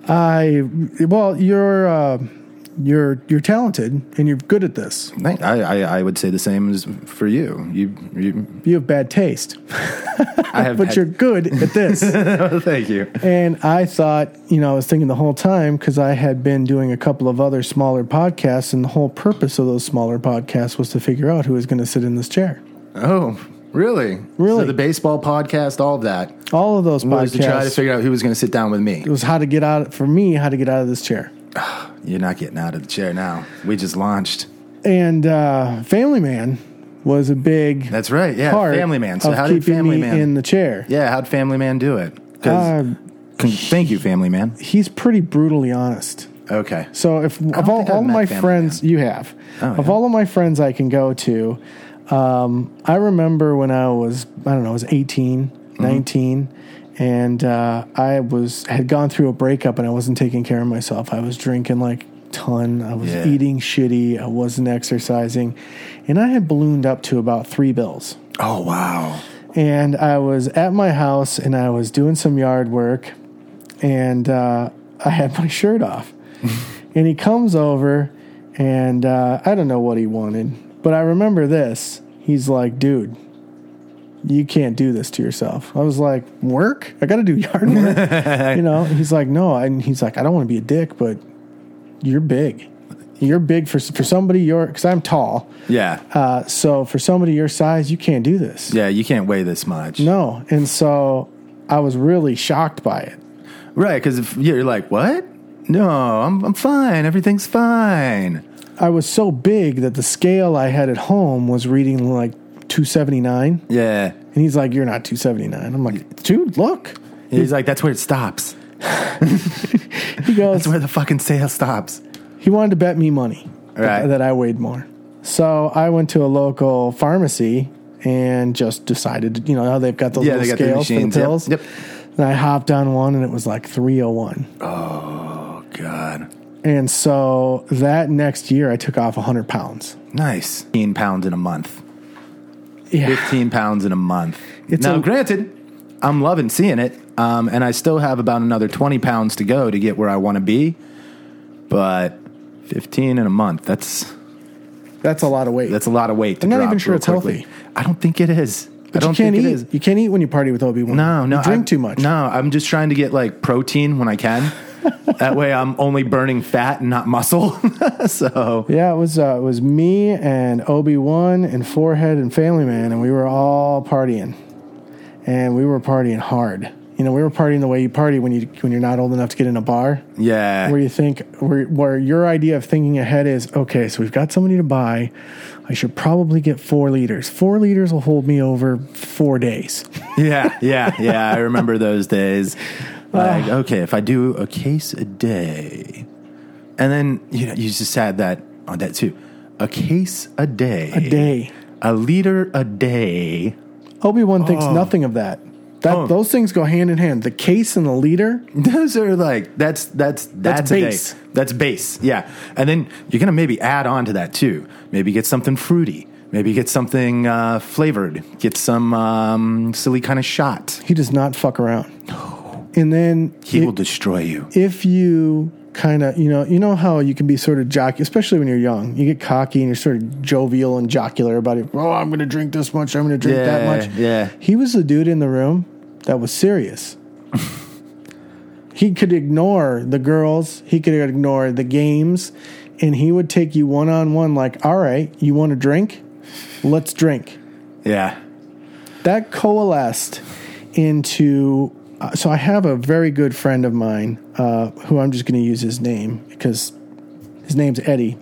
Speaker 3: i well you're uh, you're you're talented and you're good at this
Speaker 4: Thank- I, I, I would say the same as for you. You, you
Speaker 3: you have bad taste
Speaker 4: I have.
Speaker 3: but
Speaker 4: had-
Speaker 3: you're good at this
Speaker 4: thank you.
Speaker 3: And I thought, you know, I was thinking the whole time because I had been doing a couple of other smaller podcasts, and the whole purpose of those smaller podcasts was to figure out who was going to sit in this chair.
Speaker 4: Oh, really?
Speaker 3: Really?
Speaker 4: So the baseball podcast, all of that
Speaker 3: All of those
Speaker 4: was to try to
Speaker 3: podcasts
Speaker 4: figure out who was going to sit down with me.
Speaker 3: it was how to get out for me, how to get out of this chair.
Speaker 4: You're not getting out of the chair now. We just launched.
Speaker 3: And uh, Family Man was a big
Speaker 4: That's right. Yeah,
Speaker 3: part
Speaker 4: Family Man. So
Speaker 3: of
Speaker 4: how did
Speaker 3: keeping
Speaker 4: Family
Speaker 3: me
Speaker 4: Man?
Speaker 3: in the chair.
Speaker 4: yeah, how'd Family Man do it? 'Cause-
Speaker 3: Uh,
Speaker 4: con- thank you, Family Man.
Speaker 3: he's pretty brutally honest.
Speaker 4: Okay.
Speaker 3: So if of all,
Speaker 4: think I've
Speaker 3: all of
Speaker 4: met
Speaker 3: my
Speaker 4: Family Oh,
Speaker 3: friends, you have of
Speaker 4: yeah.
Speaker 3: all of my friends I can go to, um, I remember when I was I don't know I was 18,
Speaker 4: Mm-hmm.
Speaker 3: 19 and uh, I was had gone through a breakup and I wasn't taking care of myself. I was drinking like ton. I was
Speaker 4: Yeah.
Speaker 3: eating shitty. I wasn't exercising, and I had ballooned up to about three bills
Speaker 4: Oh wow.
Speaker 3: and I was at my house and I was doing some yard work and uh, I had my shirt off. and he comes over and uh, I don't know what he wanted, but I remember this. He's like, dude, you can't do this to yourself. I was like, work? I got to do yard work. you know, he's like, no. And he's like, I don't want to be a dick, but you're big. You're big for, for somebody your, because I'm tall.
Speaker 4: Yeah.
Speaker 3: Uh, so for somebody your size, you can't do this.
Speaker 4: yeah. You can't weigh this much.
Speaker 3: No. And so I was really shocked by it.
Speaker 4: Right, because if you're like, what? No, I'm, I'm fine. Everything's fine.
Speaker 3: I was so big that the scale I had at home was reading like 279.
Speaker 4: Yeah.
Speaker 3: And he's like, You're not 279. I'm like, Dude, look.
Speaker 4: He's like, that's where it stops.
Speaker 3: He goes,
Speaker 4: That's where the fucking sale stops.
Speaker 3: He wanted to bet me money
Speaker 4: Right.
Speaker 3: that, that I weighed more. So I went to a local pharmacy and just decided, you know, how they've got those
Speaker 4: Yeah,
Speaker 3: little
Speaker 4: they got the
Speaker 3: scales for the
Speaker 4: machines, yep,
Speaker 3: pills.
Speaker 4: yep.
Speaker 3: And I hopped on one and it was like 301.
Speaker 4: Oh God.
Speaker 3: And so that next year I took off 100 pounds.
Speaker 4: Nice. 15 pounds in a month.
Speaker 3: Yeah.
Speaker 4: 15 pounds in a month.
Speaker 3: It's
Speaker 4: now,
Speaker 3: a-
Speaker 4: granted, I'm loving seeing it, um, and I still have about another 20 pounds to go to get where I want to be, but 15 in a month, that's
Speaker 3: That's a lot of weight.
Speaker 4: that's a lot of weight to
Speaker 3: I'm not
Speaker 4: drop
Speaker 3: even sure
Speaker 4: real
Speaker 3: it's healthy.
Speaker 4: quickly. I don't think it is. I
Speaker 3: but
Speaker 4: don't
Speaker 3: you can't
Speaker 4: think
Speaker 3: eat.
Speaker 4: it is.
Speaker 3: You can't eat when you party with Obi Wan.
Speaker 4: No, no.
Speaker 3: You drink
Speaker 4: I-
Speaker 3: too much.
Speaker 4: No, I'm just trying to get like protein when I can. that way I'm only burning fat and not muscle. so
Speaker 3: Yeah, it was uh, it was me and Obi Wan and Forehead and Family Man, and we were all partying, and we were partying hard. You know, we were partying the way you party when you when you're not old enough to get in a bar,
Speaker 4: yeah.
Speaker 3: where you think where where your idea of thinking ahead is okay. So we've got somebody to buy. I should probably get four liters. Four liters will hold me over four days.
Speaker 4: yeah, yeah, yeah. I remember those days.
Speaker 3: Ah.
Speaker 4: Like, okay, if I do a case a day, and then you know, you just had that on that too. A case a day,
Speaker 3: A day.
Speaker 4: a liter a day.
Speaker 3: Obi Wan thinks nothing of that. That
Speaker 4: Oh.
Speaker 3: those things go hand in hand. The case and the leader.
Speaker 4: Those are like that's that's that's, a
Speaker 3: base.
Speaker 4: day. That's base. Yeah, and then you're gonna maybe add on to that too. Maybe get something fruity. Maybe get something uh, flavored. Get some um, silly kind of shot.
Speaker 3: He does not fuck around. And then
Speaker 4: He
Speaker 3: it-
Speaker 4: will destroy you.
Speaker 3: if you kind of you know you know how you can be sort of jock especially when you're young you get cocky and you're sort of jovial and jocular about it oh i'm gonna drink this much i'm gonna drink that
Speaker 4: Yeah,
Speaker 3: much
Speaker 4: yeah.
Speaker 3: he was the dude in the room that was serious he could ignore the girls he could ignore the games and he would take you one-on-one like all right you want to drink let's drink
Speaker 4: Yeah.
Speaker 3: that coalesced into uh, so i have a very good friend of mine uh, who i'm just going to use his name because his name's eddie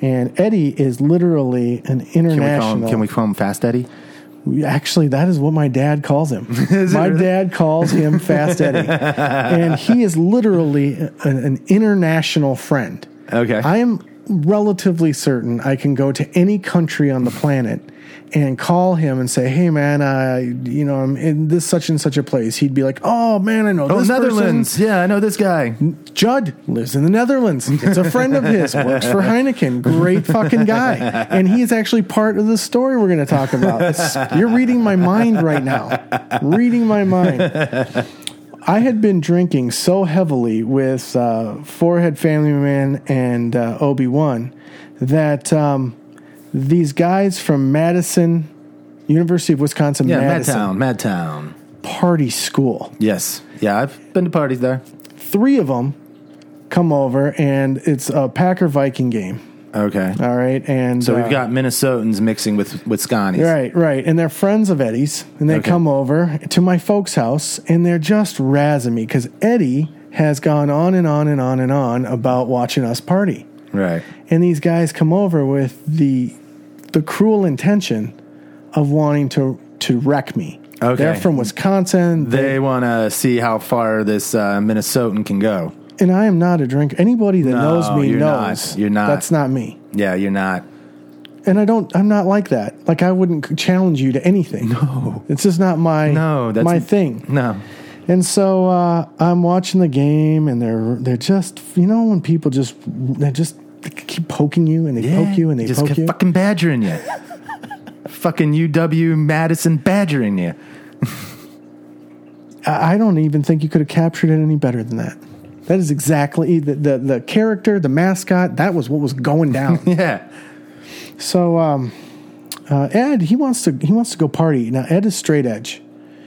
Speaker 3: and eddie is literally an
Speaker 4: Can we call him?
Speaker 3: international
Speaker 4: Can we call him Fast Eddie?
Speaker 3: actually that is what my dad calls him my dad calls him fast eddie and he is literally a- an international friend
Speaker 4: Okay.
Speaker 3: I am relatively certain I can go to any country on the planet and call him and say, "Hey, man, I, you know, I'm in this such and such a place." He'd be like, "Oh man, I know
Speaker 4: Oh,
Speaker 3: this
Speaker 4: Netherlands. Yeah, I know this guy.
Speaker 3: person. Judd lives in the Netherlands. It's a friend of his. Works for Heineken. Great fucking guy. And he is actually part of the story we're going to talk about. It's- you're reading my mind right now. Reading my mind." I had been drinking so heavily with uh, Forehead Family Man and uh, Obi Wan that um, these guys from Madison, University of Wisconsin,
Speaker 4: Yeah,
Speaker 3: Madison
Speaker 4: Madtown. Madtown.
Speaker 3: Party School,
Speaker 4: Yes. Yeah, I've been to parties there.
Speaker 3: three of them come over, and it's a Packer Viking game.
Speaker 4: Okay.
Speaker 3: All right, and
Speaker 4: so we've
Speaker 3: uh,
Speaker 4: got Minnesotans mixing with with Scotties.
Speaker 3: Right, right. And they're friends of Eddie's. And they
Speaker 4: Okay.
Speaker 3: come over to my folks' house and they're just razzing me because Eddie has gone on and on and on and on about watching us party.
Speaker 4: Right.
Speaker 3: And these guys come over with the the cruel intention of wanting to to wreck me.
Speaker 4: Okay.
Speaker 3: They're from Wisconsin.
Speaker 4: They want to see how far this uh, Minnesotan can go.
Speaker 3: and I am not a drinker. Anybody that
Speaker 4: No,
Speaker 3: knows me
Speaker 4: you're not.
Speaker 3: knows
Speaker 4: You're not.
Speaker 3: That's not me.
Speaker 4: Yeah, you're not.
Speaker 3: And I don't. I'm not like that. Like I wouldn't challenge you to anything. No, it's just not my
Speaker 4: No, that's
Speaker 3: my thing.
Speaker 4: No.
Speaker 3: And so uh, I'm watching the game, and they're they're just you know when people just they just keep poking you and they poke you and they
Speaker 4: just
Speaker 3: poke
Speaker 4: kept
Speaker 3: you.
Speaker 4: fucking badgering you. fucking UW Madison badgering you.
Speaker 3: I I don't even think you could have captured it any better than that. That is exactly e, the the, the character, the mascot. That was what was going down.
Speaker 4: Yeah.
Speaker 3: so um, uh, Ed, he wants to he wants to go party now. Ed is straight edge.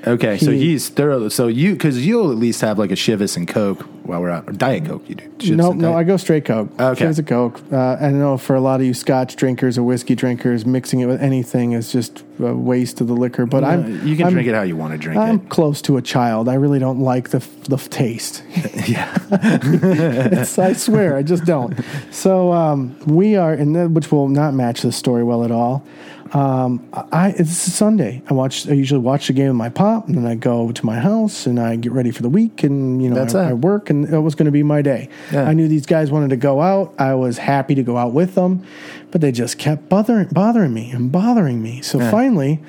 Speaker 4: Okay, so
Speaker 3: He-
Speaker 4: he's thorough. So you, because you'll at least have like a Chivas and Coke while we're out, or Diet Coke. You do. Chivas
Speaker 3: no,
Speaker 4: and
Speaker 3: no,
Speaker 4: Coke.
Speaker 3: I go straight Coke.
Speaker 4: Okay.
Speaker 3: Here's a Coke. Uh, I know for a lot of you Scotch drinkers or whiskey drinkers, mixing it with anything is just a waste of the liquor. But I'm
Speaker 4: you can
Speaker 3: I'm,
Speaker 4: drink it how you want to drink
Speaker 3: I'm close to a child. I really don't like the f- the f- taste.
Speaker 4: it. Yeah.
Speaker 3: It's- I swear, I just don't. So um, we are, and that, which will not match this story well at all. Um, I it's a Sunday. I watch. I usually watch the game with my pop, and then I go to my house and I get ready for the week, and you know
Speaker 4: That's
Speaker 3: I,
Speaker 4: it.
Speaker 3: I work, and that was going to be my day.
Speaker 4: Yeah.
Speaker 3: I knew these guys wanted to go out. I was happy to go out with them, but they just kept bothering bothering me and bothering me. So finally,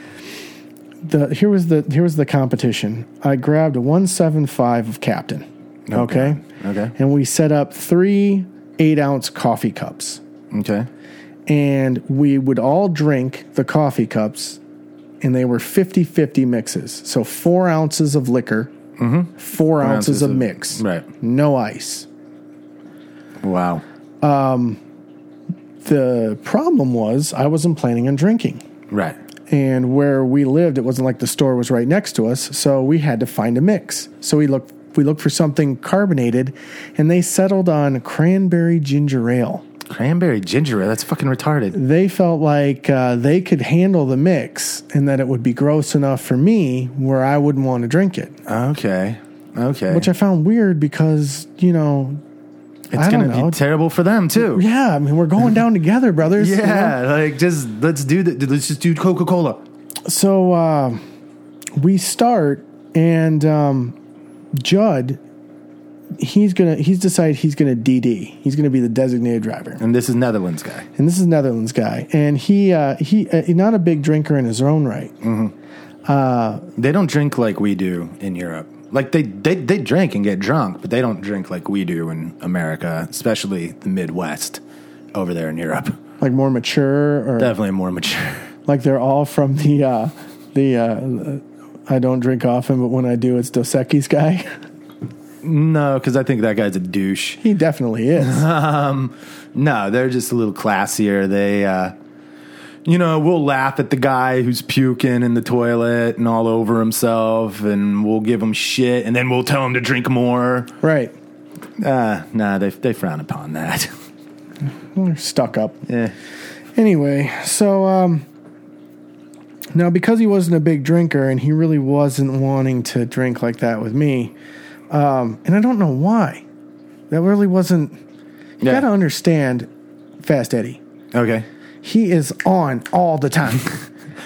Speaker 3: the here was the here was the competition. I grabbed a one seven five of Captain. Okay.
Speaker 4: Okay.
Speaker 3: And we set up three eight ounce coffee cups,
Speaker 4: Okay.
Speaker 3: and we would all drink the coffee cups, and they were 50-50 mixes. So four ounces of liquor, four, ounces,
Speaker 4: ounces
Speaker 3: of,
Speaker 4: of-
Speaker 3: mix,
Speaker 4: right.
Speaker 3: No ice.
Speaker 4: Wow.
Speaker 3: The problem was I wasn't planning on drinking.
Speaker 4: Right.
Speaker 3: and where we lived, it wasn't like the store was right next to us, so we had to find a mix. So we looked we looked for something carbonated, and they settled on cranberry ginger ale.
Speaker 4: Cranberry ginger ale. That's fucking retarded.
Speaker 3: They felt like uh, they could handle the mix, and that it would be gross enough for me where I wouldn't want to drink it,
Speaker 4: Okay. Okay.
Speaker 3: which I found weird because you know,
Speaker 4: it's
Speaker 3: I
Speaker 4: gonna
Speaker 3: don't know.
Speaker 4: be terrible for them too.
Speaker 3: yeah, I mean, we're going down together, brothers. you know?
Speaker 4: Yeah, like just let's do the let's just do Coca Cola.
Speaker 3: So uh, we start, and um, Judd, he's gonna he's decided he's gonna DD. He's gonna be the designated driver,
Speaker 4: And this is Netherlands guy.
Speaker 3: and this is Netherlands guy, and he uh, he uh, not a big drinker in his own right.
Speaker 4: They don't drink like we do in Europe. Like they, they they drink and get drunk, but they don't drink like we do in America, especially the Midwest over there in Europe.
Speaker 3: Like more mature, or
Speaker 4: Definitely more mature.
Speaker 3: like they're all from the uh, the. Uh, I don't drink often, but when I do, it's Dos Equis guy.
Speaker 4: No, because I think that guy's a douche. Um,
Speaker 3: he definitely is.
Speaker 4: Uh-huh. No, they're just a little classier. They, uh, you know, we'll laugh at the guy who's puking in the toilet and all over himself, and we'll give him shit, and then we'll tell him to drink more.
Speaker 3: right.
Speaker 4: Uh, nah, they they frown upon that.
Speaker 3: They're stuck up.
Speaker 4: yeah.
Speaker 3: Anyway, so um, now because he wasn't a big drinker and he really wasn't wanting to drink like that with me, um, and I don't know why. That really wasn't. You
Speaker 4: Yeah.
Speaker 3: gotta understand, Fast Eddie.
Speaker 4: Okay.
Speaker 3: He is on all the time.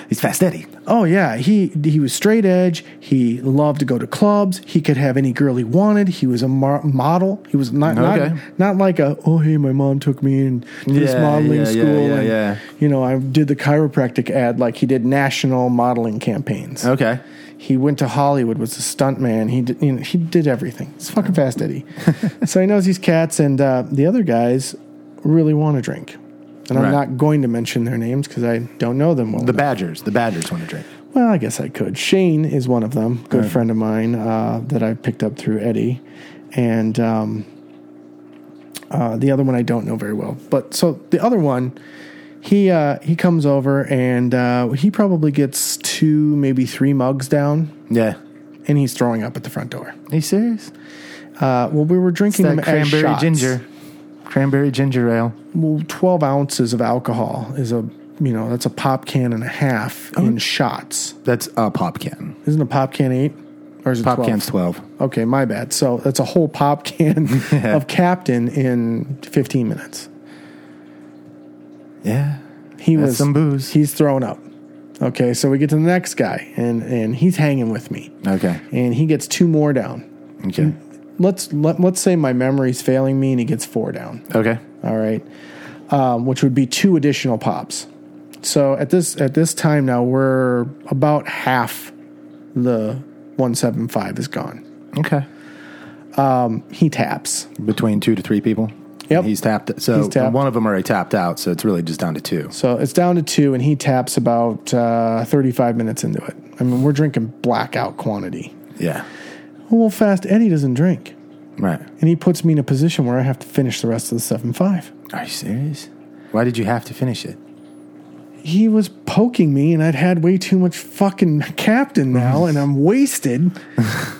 Speaker 4: He's fast Eddie.
Speaker 3: oh yeah, he he was straight edge. He loved to go to clubs. He could have any girl he wanted. He was a mar- model. He was not
Speaker 4: Okay.
Speaker 3: not not like a oh hey my mom took me in to this
Speaker 4: Yeah,
Speaker 3: modeling
Speaker 4: yeah, yeah,
Speaker 3: school
Speaker 4: yeah,
Speaker 3: and
Speaker 4: yeah.
Speaker 3: you know I did the chiropractic ad like he did national modeling campaigns.
Speaker 4: Okay.
Speaker 3: He went to Hollywood, was a stuntman. He did, you know, he did everything. It's fucking fast, Eddie. so he knows these cats, and uh, the other guys really want to drink. And I'm
Speaker 4: Right.
Speaker 3: not going to mention their names because I don't know them well.
Speaker 4: The Badgers. The Badgers want to drink.
Speaker 3: Well, I guess I could. Shane is one of them, good friend of mine uh, that I picked up through Eddie, and um, uh, the other one I don't know very well. But so the other one, he uh, he comes over and uh, he probably gets two, maybe three mugs down,
Speaker 4: Yeah.
Speaker 3: and he's throwing up at the front door.
Speaker 4: Are you serious?
Speaker 3: Uh, well, we were drinking them
Speaker 4: that
Speaker 3: as
Speaker 4: cranberry
Speaker 3: shots.
Speaker 4: ginger. Cranberry ginger ale.
Speaker 3: Well, twelve ounces of alcohol is a you know that's a pop can and a half
Speaker 4: Oh.
Speaker 3: in shots.
Speaker 4: That's a pop can.
Speaker 3: Isn't a pop can eight? Or is it
Speaker 4: Pop
Speaker 3: 12?
Speaker 4: can's twelve.
Speaker 3: Okay, my bad. So that's a whole pop can of Captain in 15 minutes.
Speaker 4: Yeah.
Speaker 3: He
Speaker 4: That's
Speaker 3: was
Speaker 4: some booze.
Speaker 3: He's thrown up. Okay, so we get to the next guy, and and he's hanging with me,
Speaker 4: Okay.
Speaker 3: and he gets two more down.
Speaker 4: Okay.
Speaker 3: Let's let, let's say my memory's failing me, and he gets four down.
Speaker 4: Okay.
Speaker 3: All right, um, which would be two additional pops. So at this at this time now, we're about half the 175 is gone.
Speaker 4: Okay.
Speaker 3: He taps.
Speaker 4: between two to three people.
Speaker 3: Yep.
Speaker 4: he's tapped. So
Speaker 3: He's tapped.
Speaker 4: one of them already tapped out. So it's really just down to two.
Speaker 3: So it's down to two, and he taps about uh, 35 minutes into it. I mean, we're drinking blackout quantity.
Speaker 4: Yeah,
Speaker 3: Well, fast Eddie doesn't drink,
Speaker 4: right.
Speaker 3: and he puts me in a position where I have to finish the rest of the seven five.
Speaker 4: Are you serious? Why did you have to finish it?
Speaker 3: He was poking me, and I'd had way too much fucking captain now, and I'm wasted.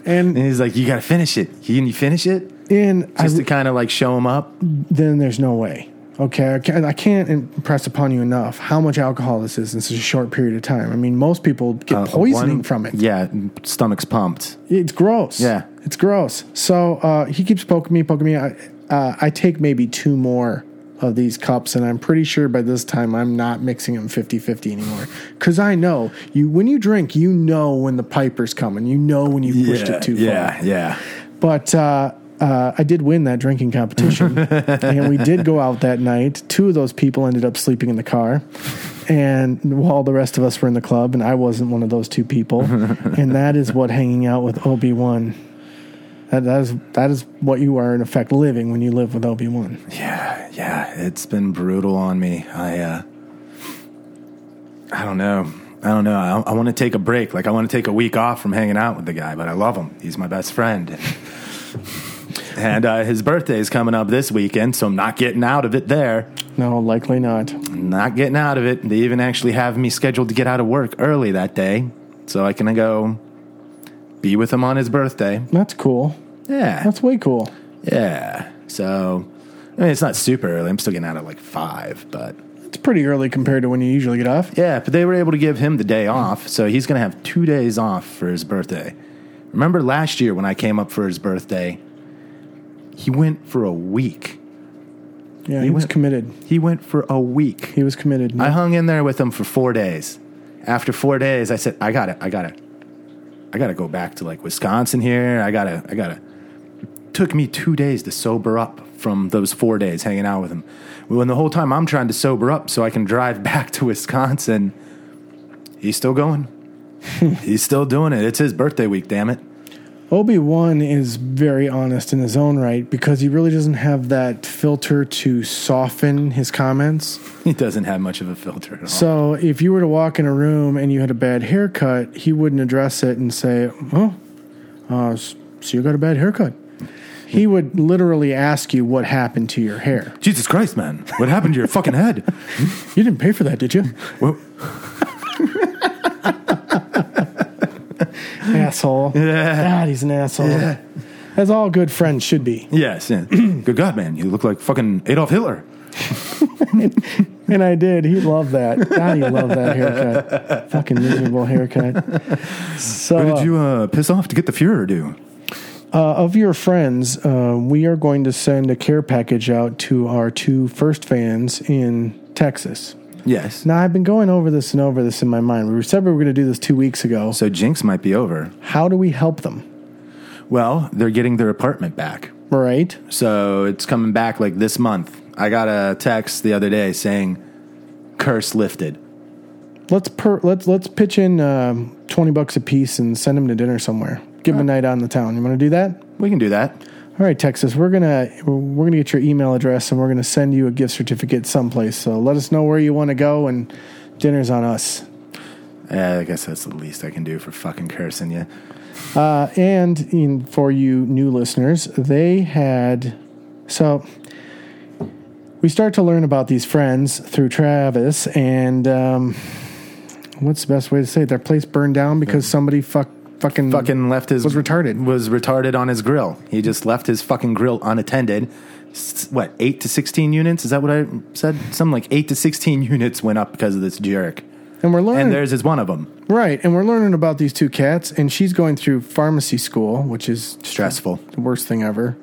Speaker 4: And
Speaker 3: And
Speaker 4: he's like, "You got to finish it. Can you finish it?"
Speaker 3: and I,
Speaker 4: Just to kind of like show him up.
Speaker 3: then there's no way. Okay, I can't, I can't impress upon you enough how much alcohol this is in such a short period of time. I mean, most people get poisoning
Speaker 4: Uh, One-
Speaker 3: from it.
Speaker 4: Yeah, stomach's pumped.
Speaker 3: It's gross.
Speaker 4: Yeah.
Speaker 3: It's gross. So uh, he keeps poking me, poking me. I, uh, I take maybe two more of these cups, and I'm pretty sure by this time I'm not mixing them 50 50 anymore. Because I know you, when you drink, you know when the piper's coming. You know when you pushed it too far.
Speaker 4: yeah, yeah.
Speaker 3: But uh, uh, I did win that drinking competition, and we did go out that night. Two of those people ended up sleeping in the car, and while the rest of us were in the club, and I wasn't one of those two people. and that is what hanging out with Obi Wan. That, that is that is what you are in effect living when you live with Obi Wan.
Speaker 4: Yeah, yeah, it's been brutal on me. I, uh, I don't know. I don't know. I, I want to take a break. Like I want to take a week off from hanging out with the guy, but I love him. He's my best friend. and uh, his birthday is coming up this weekend, so I'm not getting out of it there.
Speaker 3: No, likely not.
Speaker 4: Not getting out of it. They even actually have me scheduled to get out of work early that day, so I can go be with him on his birthday.
Speaker 3: That's cool.
Speaker 4: Yeah,
Speaker 3: That's way cool.
Speaker 4: yeah. So, I mean, it's not super early. I'm still getting out at like five, but
Speaker 3: It's pretty early compared to when you usually get off.
Speaker 4: Yeah, but they were able to give him the day off, so he's going to have two days off for his birthday. Remember last year when I came up for his birthday? He went for a week.
Speaker 3: Yeah, he, was
Speaker 4: went-
Speaker 3: committed.
Speaker 4: He went for a week.
Speaker 3: He was committed.
Speaker 4: I hung in there with him for four days. After four days, I said, "I got it. I got it. I got to go back to like Wisconsin here. I got to. I got to." Took me two days to sober up from those four days hanging out with him. When the whole time I'm trying to sober up so I can drive back to Wisconsin, he's still going. he's still doing it. It's his birthday week. Damn it.
Speaker 3: Obi Wan is very honest in his own right because he really doesn't have that filter to soften his comments.
Speaker 4: He doesn't have much of a filter at all.
Speaker 3: So if you were to walk in a room and you had a bad haircut, he wouldn't address it and say, "Oh, uh, s- so you got a bad haircut." He would literally ask you what happened to your hair.
Speaker 4: Jesus Christ, man! What happened to your fucking head?
Speaker 3: You didn't pay for that, did you?
Speaker 4: Whoa.
Speaker 3: asshole. God, he's an asshole. As all good friends should be.
Speaker 4: Yes. Yeah. Good God, man! You look like fucking Adolf Hitler.
Speaker 3: And I did. He loved that. God, he loved that haircut. Fucking miserable haircut. So,
Speaker 4: What
Speaker 3: uh,
Speaker 4: did you uh, piss off to get the Fuhrer do?
Speaker 3: uh, of your friends, uh, we are going to send a care package out to our two first fans in Texas.
Speaker 4: Yes.
Speaker 3: Now, I've been going over this and over this in my mind. We said we were going to do this two weeks ago.
Speaker 4: So Jinx might be over.
Speaker 3: How do we help them?
Speaker 4: Well, they're getting their apartment back.
Speaker 3: Right?
Speaker 4: So it's coming back like this month. I got a text the other day saying, curse lifted.
Speaker 3: Let's per, let's let's pitch in um, twenty bucks a piece and send them to dinner somewhere. Give them
Speaker 4: Uh.
Speaker 3: a night out in the town. You want to do that?
Speaker 4: We can do that.
Speaker 3: All right, Texas. We're gonna we're gonna get your email address and we're gonna send you a gift certificate someplace. So let us know where you want to go and dinner's on us.
Speaker 4: Uh, I guess that's the least I can do for fucking cursing you.
Speaker 3: Uh, and in, for you new listeners, they had so we start to learn about these friends through Travis and um, what's the best way to say it? Their place burned down because somebody fuck fucking
Speaker 4: Fucking left his
Speaker 3: Was retarded.
Speaker 4: Was retarded on his grill. He just left his fucking grill unattended. S- what eight to sixteen units? Is that what I said? Some like eight to sixteen units went up because of this jerk.
Speaker 3: and we're learning
Speaker 4: And theirs is one of them.
Speaker 3: right and we're learning about these two cats and she's going through pharmacy school which is
Speaker 4: Stressful.
Speaker 3: the worst thing ever.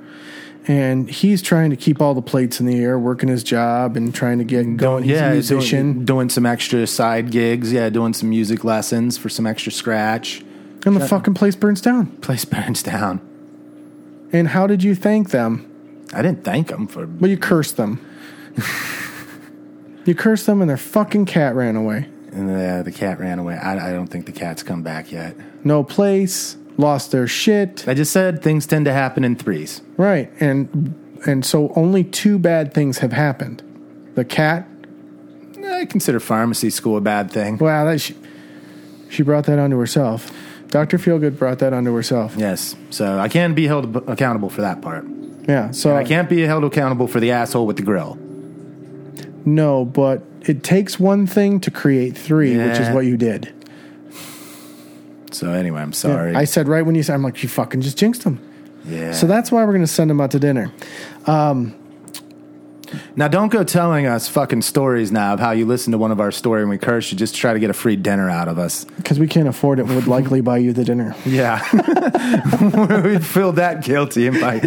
Speaker 3: And he's trying to keep all the plates in the air, working his job and trying to get going. He's a Oh, musician.
Speaker 4: Doing, doing some extra side gigs. Yeah, doing some music lessons for some extra scratch.
Speaker 3: and the fucking place burns down.
Speaker 4: Place burns down.
Speaker 3: And how did you thank them?
Speaker 4: I didn't thank him for.
Speaker 3: Well, you cursed them. you cursed them and their fucking cat ran away.
Speaker 4: And uh, the, the cat ran away. I, I don't think the cat's come back yet.
Speaker 3: No place, lost their shit.
Speaker 4: I just said things tend to happen in threes.
Speaker 3: Right. And and so only two bad things have happened. The cat,
Speaker 4: I consider pharmacy school a bad thing.
Speaker 3: wow, that she, she brought that onto herself. Dr. Feelgood brought that onto herself.
Speaker 4: Yes, so I can be held ab- accountable for that part.
Speaker 3: Yeah. So
Speaker 4: I can't be held accountable for the asshole with the grill.
Speaker 3: No, but it takes one thing to create three, which is
Speaker 4: Yeah.
Speaker 3: what you did.
Speaker 4: So anyway, I'm sorry.
Speaker 3: I said right when you said, I'm like, you fucking just jinxed them.
Speaker 4: yeah.
Speaker 3: So that's why we're going to send them out to dinner.
Speaker 4: now don't go telling us fucking stories now of how you listened to one of our story and we cursed you just to try to get a free dinner out of us.
Speaker 3: Because we can't afford it, we would likely buy you the dinner.
Speaker 4: Yeah. We'd feel that guilty. And like,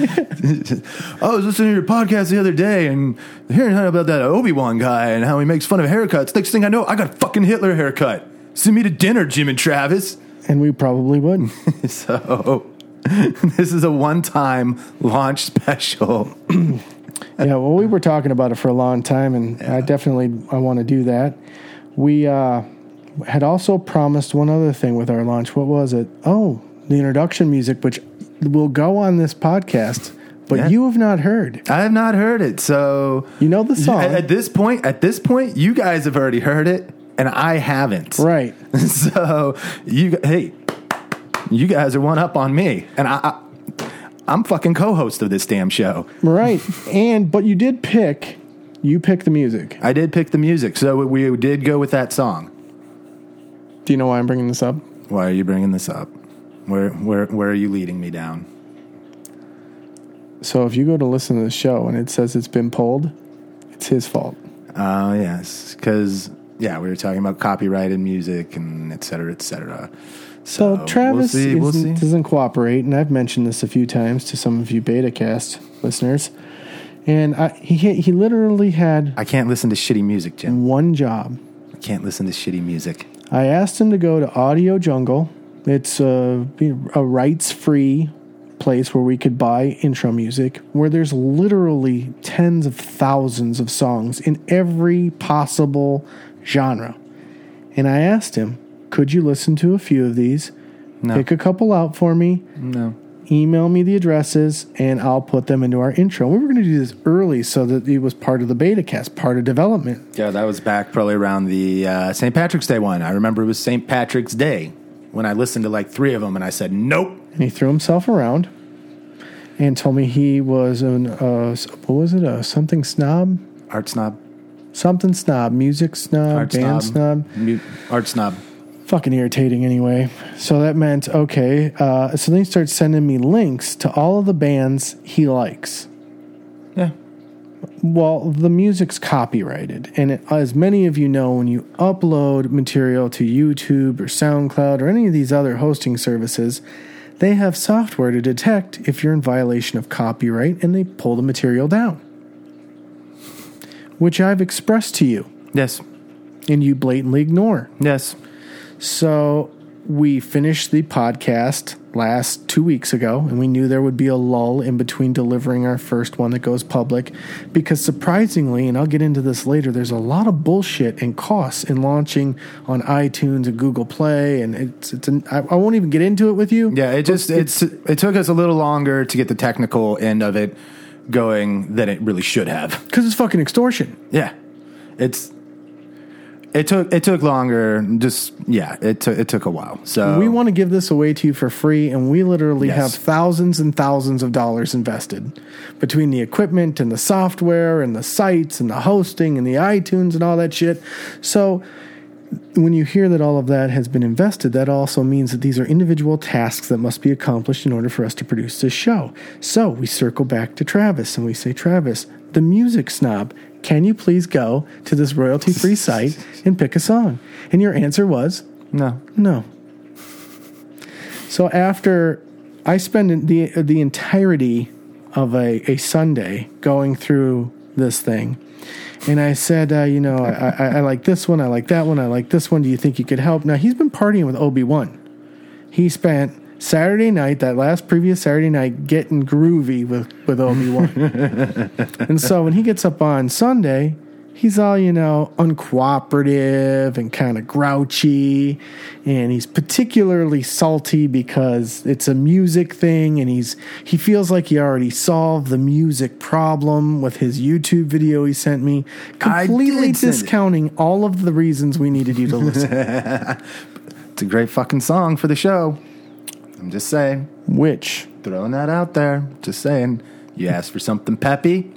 Speaker 4: "Oh, I was listening to your podcast the other day and hearing about that Obi Wan guy and how he makes fun of haircuts. Next thing I know, I got a fucking Hitler haircut. Send me to dinner, Jim and Travis.
Speaker 3: And we probably would.
Speaker 4: So, this is a one-time launch special.
Speaker 3: yeah, well, we were talking about it for a long time, and I definitely I want to do that. We uh, had also promised one other thing with our launch. What was it? Oh, the introduction music, which will go on this podcast, but
Speaker 4: Yeah.
Speaker 3: you have not heard.
Speaker 4: I have not heard it, so
Speaker 3: You know the song,
Speaker 4: at, at this point, at this point, you guys have already heard it, and I haven't.
Speaker 3: right?
Speaker 4: so you, hey, you guys are one up on me, and I, I I'm fucking co-host of this damn show.
Speaker 3: Right, and but you did pick. You picked the music.
Speaker 4: I did pick the music, so we did go with that song.
Speaker 3: Do you know why I'm bringing this up?
Speaker 4: Why are you bringing this up? Where where where are you leading me down?
Speaker 3: So if you go to listen to the show and it says it's been pulled, it's his fault.
Speaker 4: Oh yes, because yeah, we were talking about copyrighted music and et cetera, et cetera.
Speaker 3: So
Speaker 4: Uh, we'll
Speaker 3: Travis
Speaker 4: see, we'll
Speaker 3: isn't-
Speaker 4: see.
Speaker 3: doesn't cooperate, and I've mentioned this a few times to some of you BetaCast listeners. And I, he he literally had
Speaker 4: I can't listen to shitty music, Jim.
Speaker 3: one job.
Speaker 4: I can't listen to shitty music.
Speaker 3: I asked him to go to Audio Jungle. It's a, a rights free place where we could buy intro music, where there's literally tens of thousands of songs in every possible genre. And I asked him, could you listen to a few of these?
Speaker 4: No.
Speaker 3: Pick a couple out for me.
Speaker 4: No.
Speaker 3: Email me the addresses and I'll put them into our intro. We were going to do this early so that it was part of the beta cast, part of development.
Speaker 4: Yeah, that was back probably around the uh, St. Patrick's Day one. I remember it was St. Patrick's Day when I listened to like three of them and I said, nope.
Speaker 3: and he threw himself around and told me he was an uh, s- what was it a something snob
Speaker 4: Art snob.
Speaker 3: something snob music snob
Speaker 4: Art
Speaker 3: band snob.
Speaker 4: Mu- art snob.
Speaker 3: fucking irritating anyway so that meant okay uh, so then he starts sending me links to all of the bands he likes
Speaker 4: Yeah.
Speaker 3: well the music's copyrighted and it, as many of you know when you upload material to youtube or soundcloud or any of these other hosting services they have software to detect if you're in violation of copyright and they pull the material down which i've expressed to you
Speaker 4: Yes.
Speaker 3: and you blatantly ignore
Speaker 4: Yes.
Speaker 3: so we finished the podcast last two weeks ago, and we knew there would be a lull in between delivering our first one that goes public because surprisingly, and I'll get into this later, there's a lot of bullshit and costs in launching on iTunes and Google Play, and it's it's an, I, I won't even get into it with you.
Speaker 4: Yeah, it just it's it took us a little longer to get the technical end of it going than it really should have.
Speaker 3: Because it's fucking extortion.
Speaker 4: Yeah. It's it took it took longer just yeah, it took it took a while. So
Speaker 3: We want to give this away to you for free, and we literally
Speaker 4: Yes.
Speaker 3: have thousands and thousands of dollars invested between the equipment and the software and the sites and the hosting and the iTunes and all that shit. So, when you hear that all of that has been invested, that also means that these are individual tasks that must be accomplished in order for us to produce this show. So, we circle back to Travis and we say, Travis, the music snob, can you please go to this royalty free site and pick a song? And your answer was,
Speaker 4: no.
Speaker 3: no. So after I spend the the entirety of a, a Sunday going through this thing, and I said, uh, you know, I, I, I like this one, I like that one, I like this one. Do you think you could help? Now he's been partying with Obi Wan. He spent Saturday night, that last previous Saturday night, getting groovy with with Obi Wan. and so when he gets up on Sunday, he's all you know uncooperative and kind of grouchy, and he's particularly salty because it's a music thing, and he's he feels like he already solved the music problem with his YouTube video he sent me,
Speaker 4: I did
Speaker 3: completely
Speaker 4: send it.
Speaker 3: discounting all of the reasons we needed you to listen.
Speaker 4: It's a great fucking song for the show. I'm just saying.
Speaker 3: Which
Speaker 4: Throwing that out there. Just saying. You asked for something peppy.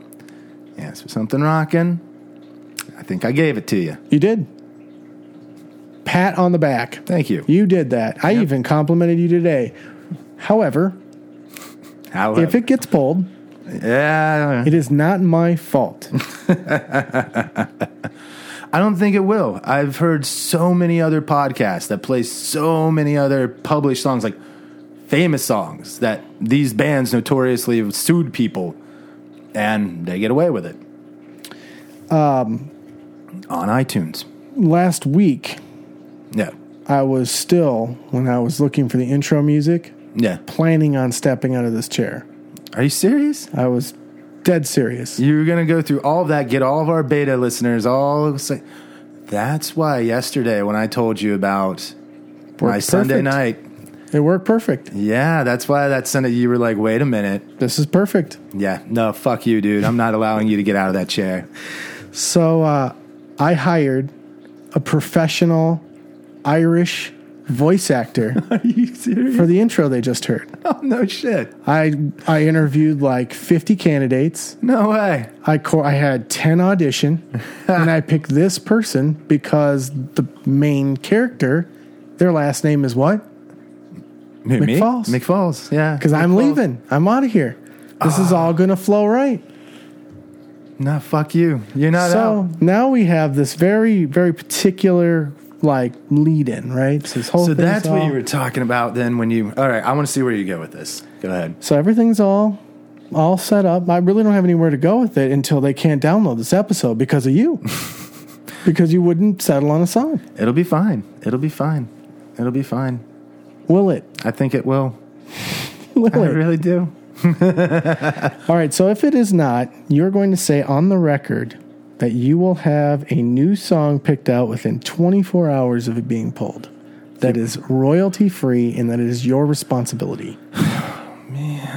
Speaker 4: You asked for something rocking. I think I gave it to you.
Speaker 3: You did. Pat on the back.
Speaker 4: Thank you.
Speaker 3: You did that. I even complimented you today. However,
Speaker 4: However,
Speaker 3: if it gets pulled,
Speaker 4: yeah,
Speaker 3: it is not my fault.
Speaker 4: I don't think it will. I've heard so many other podcasts that play so many other published songs, like famous songs that these bands notoriously have sued people, and they get away with it. Um, on iTunes.
Speaker 3: Last week,
Speaker 4: Yeah.
Speaker 3: I was still, when I was looking for the intro music,
Speaker 4: Yeah.
Speaker 3: planning on stepping out of this chair.
Speaker 4: Are you serious?
Speaker 3: I was dead serious.
Speaker 4: You were going to go through all of that, get all of our beta listeners, all. it's like- That's why yesterday when I told you about my
Speaker 3: Worked perfect.
Speaker 4: Sunday night,
Speaker 3: It worked perfect.
Speaker 4: yeah, that's why that Sunday you were like, wait a minute.
Speaker 3: This is perfect.
Speaker 4: Yeah, no, fuck you, dude. I'm not allowing you to get out of that chair.
Speaker 3: So uh, I hired a professional Irish voice actor
Speaker 4: Are you serious?
Speaker 3: for the intro they just heard.
Speaker 4: Oh, no shit.
Speaker 3: I I interviewed like 50 candidates.
Speaker 4: No way.
Speaker 3: I co- I had 10 audition and I picked this person because the main character their last name is what?
Speaker 4: Who, me?
Speaker 3: McFalls.
Speaker 4: McFalls, yeah.
Speaker 3: Cuz I'm
Speaker 4: McFalls.
Speaker 3: leaving. I'm out of here. This is all going to flow right.
Speaker 4: No, fuck you. You're not
Speaker 3: So
Speaker 4: out.
Speaker 3: now we have this very, very particular like lead in, right? So, this whole
Speaker 4: So
Speaker 3: thing's
Speaker 4: that's what
Speaker 3: all-
Speaker 4: you were talking about then when you. All right, I want to see where you go with this. Go ahead.
Speaker 3: So everything's all all set up. I really don't have anywhere to go with it until they can't download this episode because of you. because you wouldn't settle on a song.
Speaker 4: It'll be fine. It'll be fine. It'll be fine.
Speaker 3: Will it?
Speaker 4: I think it will.
Speaker 3: Will
Speaker 4: I
Speaker 3: it?
Speaker 4: really do.
Speaker 3: All right, so if it is not, you're going to say on the record that you will have a new song picked out within 24 hours of it being pulled. That is royalty free and that it is your responsibility. Man.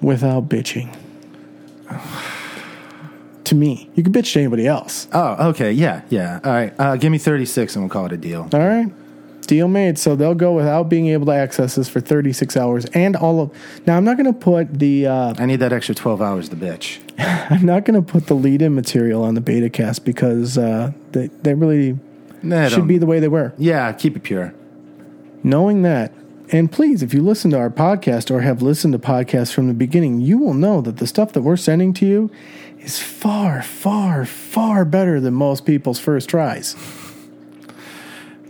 Speaker 3: Without bitching. to me. You can bitch to anybody else.
Speaker 4: Oh, okay. Yeah, yeah. All right. Uh, give me 36 and we'll call it a deal.
Speaker 3: All right. Deal made. So they'll go without being able to access this for 36 hours and all of. Now, I'm not going to put the. Uh,
Speaker 4: I need that extra 12 hours, the bitch.
Speaker 3: I'm not going to put the lead in material on the beta cast because uh, they, they really
Speaker 4: Nah,
Speaker 3: should be the way they were.
Speaker 4: Yeah, keep it pure.
Speaker 3: Knowing that, and please, if you listen to our podcast or have listened to podcasts from the beginning, you will know that the stuff that we're sending to you is far, far, far better than most people's first tries.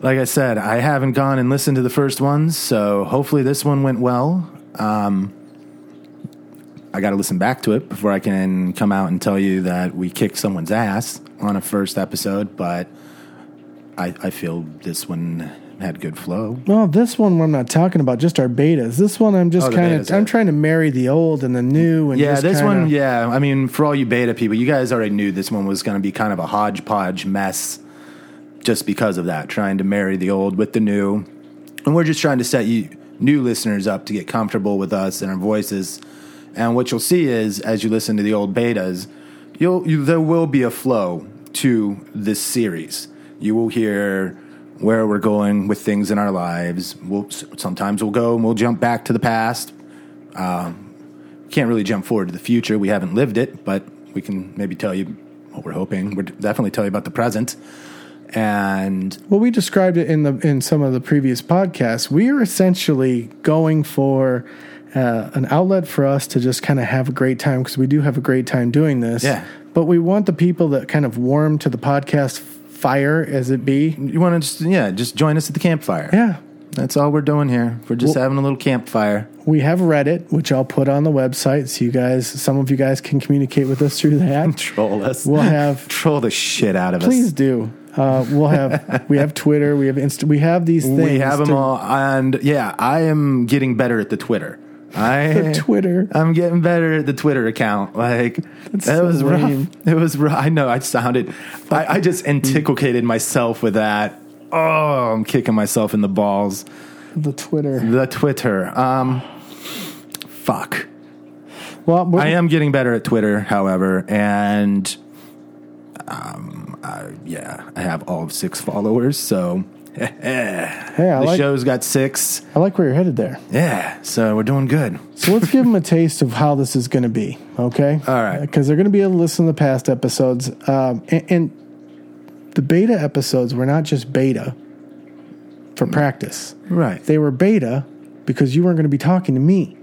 Speaker 4: Like I said, I haven't gone and listened to the first ones, so hopefully this one went well. Um, I got to listen back to it before I can come out and tell you that we kicked someone's ass on a first episode, but I, I feel this one had good flow.
Speaker 3: Well, this one I'm not talking about, just our betas. This one I'm just
Speaker 4: Oh, the
Speaker 3: kind of
Speaker 4: betas,
Speaker 3: I'm
Speaker 4: yeah.
Speaker 3: trying to marry the old and the new and
Speaker 4: Yeah,
Speaker 3: just
Speaker 4: this
Speaker 3: kinda-
Speaker 4: one, yeah. I mean, for all you beta people, you guys already knew this one was going to be kind of a hodgepodge mess just because of that, trying to marry the old with the new. And we're just trying to set you new listeners up to get comfortable with us and our voices. And what you'll see is as you listen to the old betas, you'll you, there will be a flow to this series. You will hear where we're going with things in our lives. We'll sometimes we'll go and we'll jump back to the past can't really jump forward to the future. We haven't lived it, but we can maybe tell you what we're hoping. We'll definitely tell you about the present. And
Speaker 3: Well, we described it in the in some of the previous podcasts. We are essentially going for uh, an outlet for us to just kind of have a great time because we do have a great time doing this.
Speaker 4: Yeah.
Speaker 3: But we want the people that kind of warm to the podcast fire, as it be.
Speaker 4: you want to just, yeah, just join us at the campfire.
Speaker 3: Yeah.
Speaker 4: That's all we're doing here. We're just having a little campfire.
Speaker 3: We have Reddit, which I'll put on the website, so you guys, some of you guys can communicate with us through that.
Speaker 4: Troll us.
Speaker 3: We'll have
Speaker 4: Troll the shit out of
Speaker 3: Please
Speaker 4: us.
Speaker 3: do. Uh, we'll have we have Twitter, we have Insta, we have these things.
Speaker 4: We have them
Speaker 3: to-
Speaker 4: all. And yeah, I am getting better at the Twitter. I
Speaker 3: Twitter.
Speaker 4: I'm getting better at the Twitter account. Like that
Speaker 3: so
Speaker 4: was
Speaker 3: lame.
Speaker 4: rough. It was rough. I know. I sounded. I, I just inculcated myself with that. Oh, I'm kicking myself in the balls.
Speaker 3: The Twitter.
Speaker 4: The Twitter. Um, fuck.
Speaker 3: Well, we're-
Speaker 4: I am getting better at Twitter, however, and um, I, yeah, I have all of six followers. So
Speaker 3: hey, I
Speaker 4: the
Speaker 3: like
Speaker 4: show's got six.
Speaker 3: I like where you're headed there.
Speaker 4: Yeah, so we're doing good.
Speaker 3: So let's give them a taste of how this is going to be, okay?
Speaker 4: All right.
Speaker 3: Because they're going to be able to listen to the past episodes. Um, and, and the beta episodes were not just beta for practice,
Speaker 4: Right.
Speaker 3: they were beta because you weren't going to be talking to me.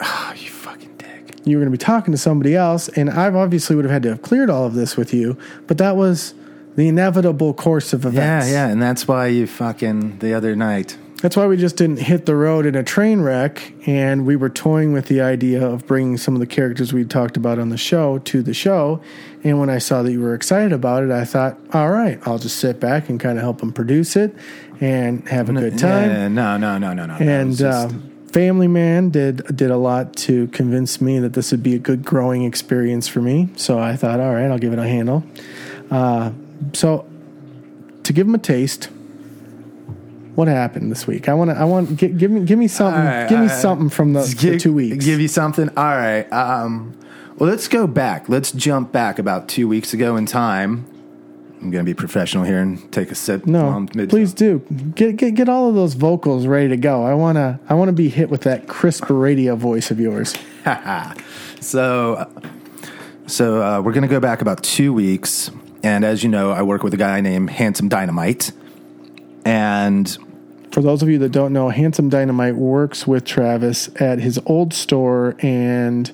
Speaker 4: Oh, you fucking dick.
Speaker 3: You were going to be talking to somebody else. And I obviously would have had to have cleared all of this with you, but that was the inevitable course of
Speaker 4: Yeah,
Speaker 3: events.
Speaker 4: yeah, and that's why you fucking the other night
Speaker 3: That's why we just didn't hit the road in a train wreck, and we were toying with the idea of bringing some of the characters we talked about on the show to the show. And when I saw that you were excited about it, I thought, all right, I'll just sit back and kind of help them produce it and have a good time.
Speaker 4: Yeah, no, no, no, no, no.
Speaker 3: And
Speaker 4: It's just-
Speaker 3: uh, Family Man did did a lot to convince me that this would be a good growing experience for me. So I thought, all right, I'll give it a handle. Uh, so to give them a taste, what happened this week? I want to. I want gi- give me give me something.
Speaker 4: All right,
Speaker 3: give me
Speaker 4: all right.
Speaker 3: something from the,
Speaker 4: Just
Speaker 3: the
Speaker 4: give-
Speaker 3: two weeks.
Speaker 4: Give you something. All right. Um, well, let's go back. Let's jump back about two weeks ago in time. I'm going to be professional here and take a sip.
Speaker 3: no,
Speaker 4: while I'm mid-
Speaker 3: please do get get get all of those vocals ready to go. I wanna I wanna be hit with that crisp radio voice of yours.
Speaker 4: So, uh, so uh, we're going to go back about two weeks, and as you know, I work with a guy named Handsome Dynamite, and
Speaker 3: For those of you that don't know, Handsome Dynamite works with Travis at his old store and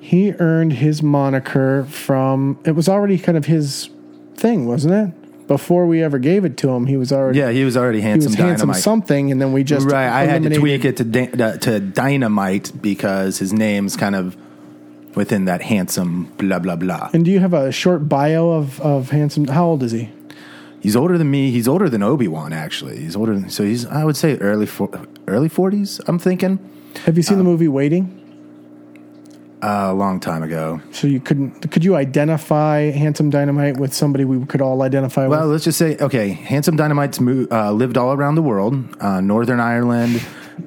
Speaker 3: he earned his moniker from it was already kind of his thing, wasn't it? Before we ever gave it to him, he was already
Speaker 4: yeah, he was already
Speaker 3: he
Speaker 4: Handsome
Speaker 3: was
Speaker 4: Dynamite.
Speaker 3: handsome something and then we just
Speaker 4: right, I had to
Speaker 3: eliminated-
Speaker 4: tweak it to da- uh, to Dynamite because his name's kind of within that handsome blah blah blah.
Speaker 3: And do you have a short bio of, of handsome how old is he?
Speaker 4: He's older than me. He's older than Obi Wan. Actually, he's older. Than, so he's I would say early for, early forties. I'm thinking
Speaker 3: Have you seen the movie Waiting?
Speaker 4: uh, a long time ago.
Speaker 3: So you couldn't could you identify Handsome Dynamite with somebody we could all identify
Speaker 4: Well,
Speaker 3: with?
Speaker 4: let's just say okay. Handsome Dynamite's mo- uh, lived all around the world. Uh, Northern Ireland.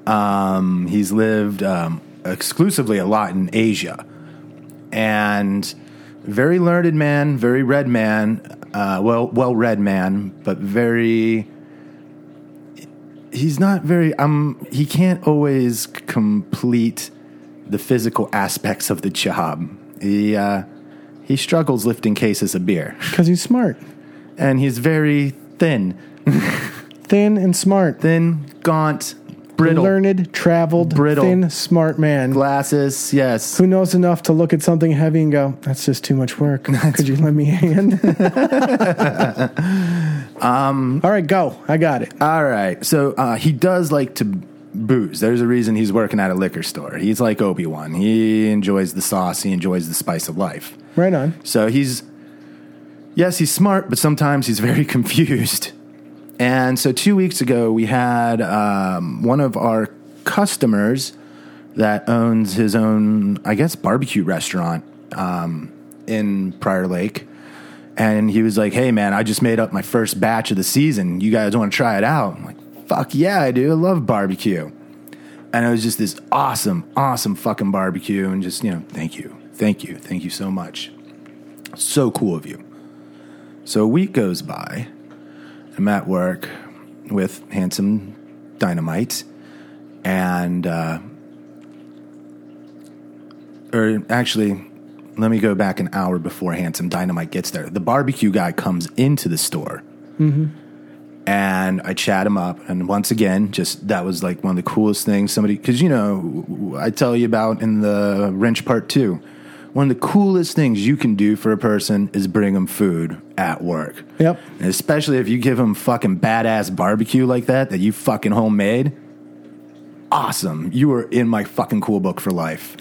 Speaker 4: Um, he's lived um, exclusively a lot in Asia, and very learned man, very red man. Uh, well, well read man, but very. He's not very. Um, he can't always complete the physical aspects of the job. He uh, he struggles lifting cases of beer
Speaker 3: Because he's smart.
Speaker 4: and he's very thin,
Speaker 3: Thin and smart.
Speaker 4: thin, gaunt, brittle,
Speaker 3: learned, traveled,
Speaker 4: Brittle.
Speaker 3: thin, smart man
Speaker 4: glasses. Yes,
Speaker 3: who knows enough to look at something heavy and go, "That's just too much work. Could you let me hand?" um, All right, go. I got it.
Speaker 4: All right. So uh, he does like to booze. There's a reason he's working at a liquor store. He's like Obi Wan. He enjoys the sauce. He enjoys the spice of life.
Speaker 3: Right on.
Speaker 4: So he's, yes, he's smart, but sometimes he's very confused. And so two weeks ago, we had um, one of our customers that owns his own, I guess, barbecue restaurant um, in Prior Lake. And he was like, hey, man, I just made up my first batch of the season. You guys want to try it out? I'm like, fuck yeah, I do. I love barbecue and it was just this awesome, awesome fucking barbecue, and just you know, thank you, thank you, thank you so much, so cool of you. So a week goes by, I'm at work with handsome dynamite, and uh, or actually, let me go back an hour before handsome dynamite gets there. The barbecue guy comes into the store and I chat him up. And once again, just that was like one of the coolest things somebody, because you know, w- w- I tell you about in the wrench part two. One of the coolest things you can do for a person is bring them food at work.
Speaker 3: Yep.
Speaker 4: And especially if you give them fucking badass barbecue like that, that you fucking homemade. Awesome. You are in my fucking cool book for life.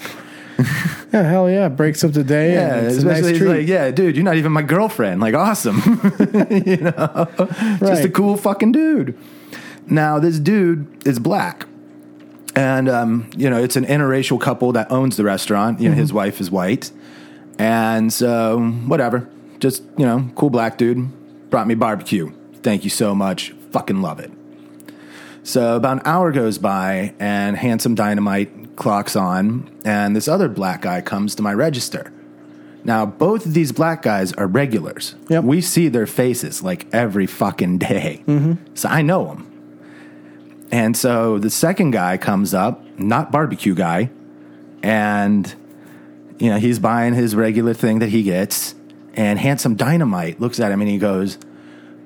Speaker 3: Yeah, hell yeah! Breaks up the day. Yeah, and it's a nice
Speaker 4: especially
Speaker 3: treat.
Speaker 4: like, yeah, dude, you're not even my girlfriend. Like, awesome. just a
Speaker 3: Right.
Speaker 4: cool fucking dude. Now this dude is black, and um, you know it's an interracial couple that owns the restaurant. You know
Speaker 3: Mm-hmm.
Speaker 4: his wife is white, and so whatever. Just you know, cool black dude brought me barbecue. Thank you so much. Fucking love it. So about an hour goes by, and handsome dynamite clocks on, and this other black guy comes to my register. Now, both of these black guys are regulars.
Speaker 3: Yep.
Speaker 4: We see their faces like every fucking day. So I know them. And so the second guy comes up, not barbecue guy, and you know, he's buying his regular thing that he gets, and handsome dynamite looks at him and he goes,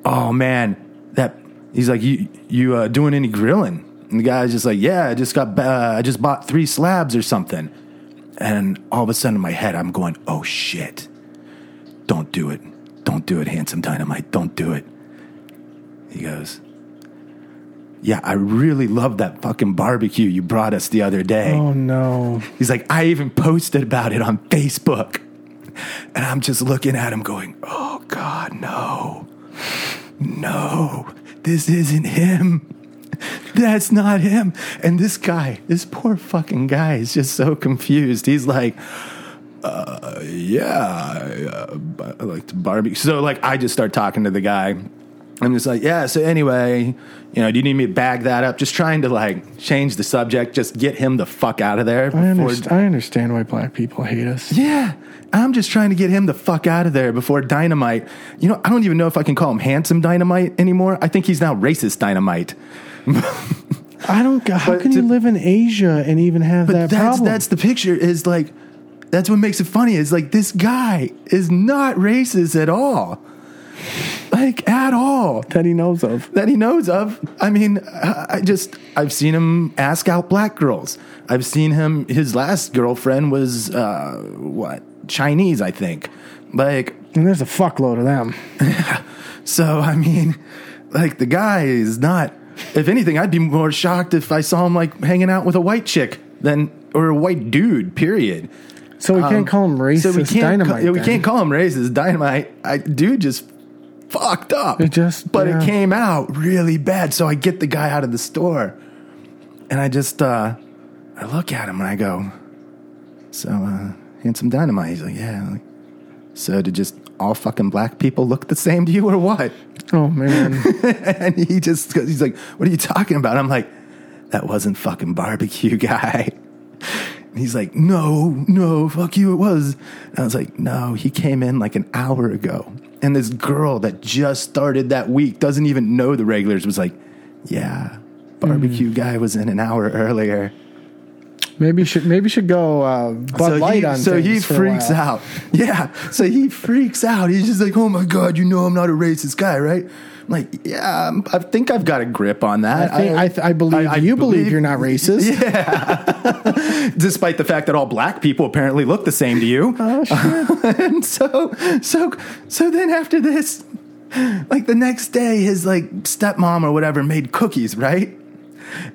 Speaker 4: "Oh man, that." He's like, "You you uh, doing any grilling?" And the guy's just like, "Yeah, I just got uh, I just bought three slabs or something." And all of a sudden, in my head, I'm going, "Oh shit, don't do it, don't do it, handsome dynamite, don't do it." He goes, Yeah, I really love that fucking barbecue you brought us the other day.
Speaker 3: Oh no.
Speaker 4: He's like, I even posted about it on Facebook. And I'm just looking at him going, oh God, no. No, this isn't him. That's not him. And this guy, this poor fucking guy, is just so confused. He's like, uh, yeah, uh, I like to barbecue. So, like, I just start talking to the guy. I'm just like, yeah, so anyway, you know, do you need me to bag that up? Just trying to, like, change the subject, just get him the fuck out of there.
Speaker 3: I,
Speaker 4: before-
Speaker 3: underst- I understand why black people hate us.
Speaker 4: yeah. I'm just trying to get him the fuck out of there before Dynamite. You know, I don't even know if I can call him handsome Dynamite anymore. I think he's now racist Dynamite.
Speaker 3: I don't. g- How
Speaker 4: But
Speaker 3: can
Speaker 4: to-
Speaker 3: you live in Asia and even have that
Speaker 4: But that's
Speaker 3: problem?
Speaker 4: that's the picture is like that's what makes it funny is like this guy is not racist at all. Like at all.
Speaker 3: that he knows of.
Speaker 4: that he knows of. I mean, I I just I've seen him ask out black girls. I've seen him. His last girlfriend was uh, what Chinese, I think. Like
Speaker 3: And there's a fuckload of them.
Speaker 4: so, I mean, like the guy is not. If anything, I'd be more shocked if I saw him like hanging out with a white chick than or a white dude. Period.
Speaker 3: So we can't call them racist
Speaker 4: Um, so we can't.
Speaker 3: dynamite.
Speaker 4: yeah, we
Speaker 3: then.
Speaker 4: can't call him racist dynamite. I dude just fucked up.
Speaker 3: It just-
Speaker 4: but
Speaker 3: yeah.
Speaker 4: it came out really bad. So I get the guy out of the store, and I just uh, I look at him and I go, "So uh, handsome dynamite." He's like, "Yeah." I'm like, so do just all fucking black people look the same to you or what?
Speaker 3: Oh man.
Speaker 4: and he just he's like, "What are you talking about?" I'm like, "That wasn't fucking barbecue guy." And he's like, "No, no, fuck you, it was." And I was like, "No, he came in like an hour ago." And this girl that just started that week doesn't even know the regulars was like, "Yeah, barbecue guy was in an hour earlier."
Speaker 3: maybe you should maybe you should go uh, Bud Light
Speaker 4: he,
Speaker 3: on.
Speaker 4: so he
Speaker 3: things for a
Speaker 4: freaks
Speaker 3: while.
Speaker 4: out. Yeah. So he freaks out. He's just like, oh my God, you know I'm not a racist guy, right? I'm like, yeah, I'm- I think I've got a grip on that.
Speaker 3: I, think, I, th- I believe
Speaker 4: I- I
Speaker 3: you believe,
Speaker 4: believe-
Speaker 3: you're not racist.
Speaker 4: despite the fact that all black people apparently look the same to you. Oh shit! and so, so, so then after this, like the next day, his like stepmom or whatever made cookies, right?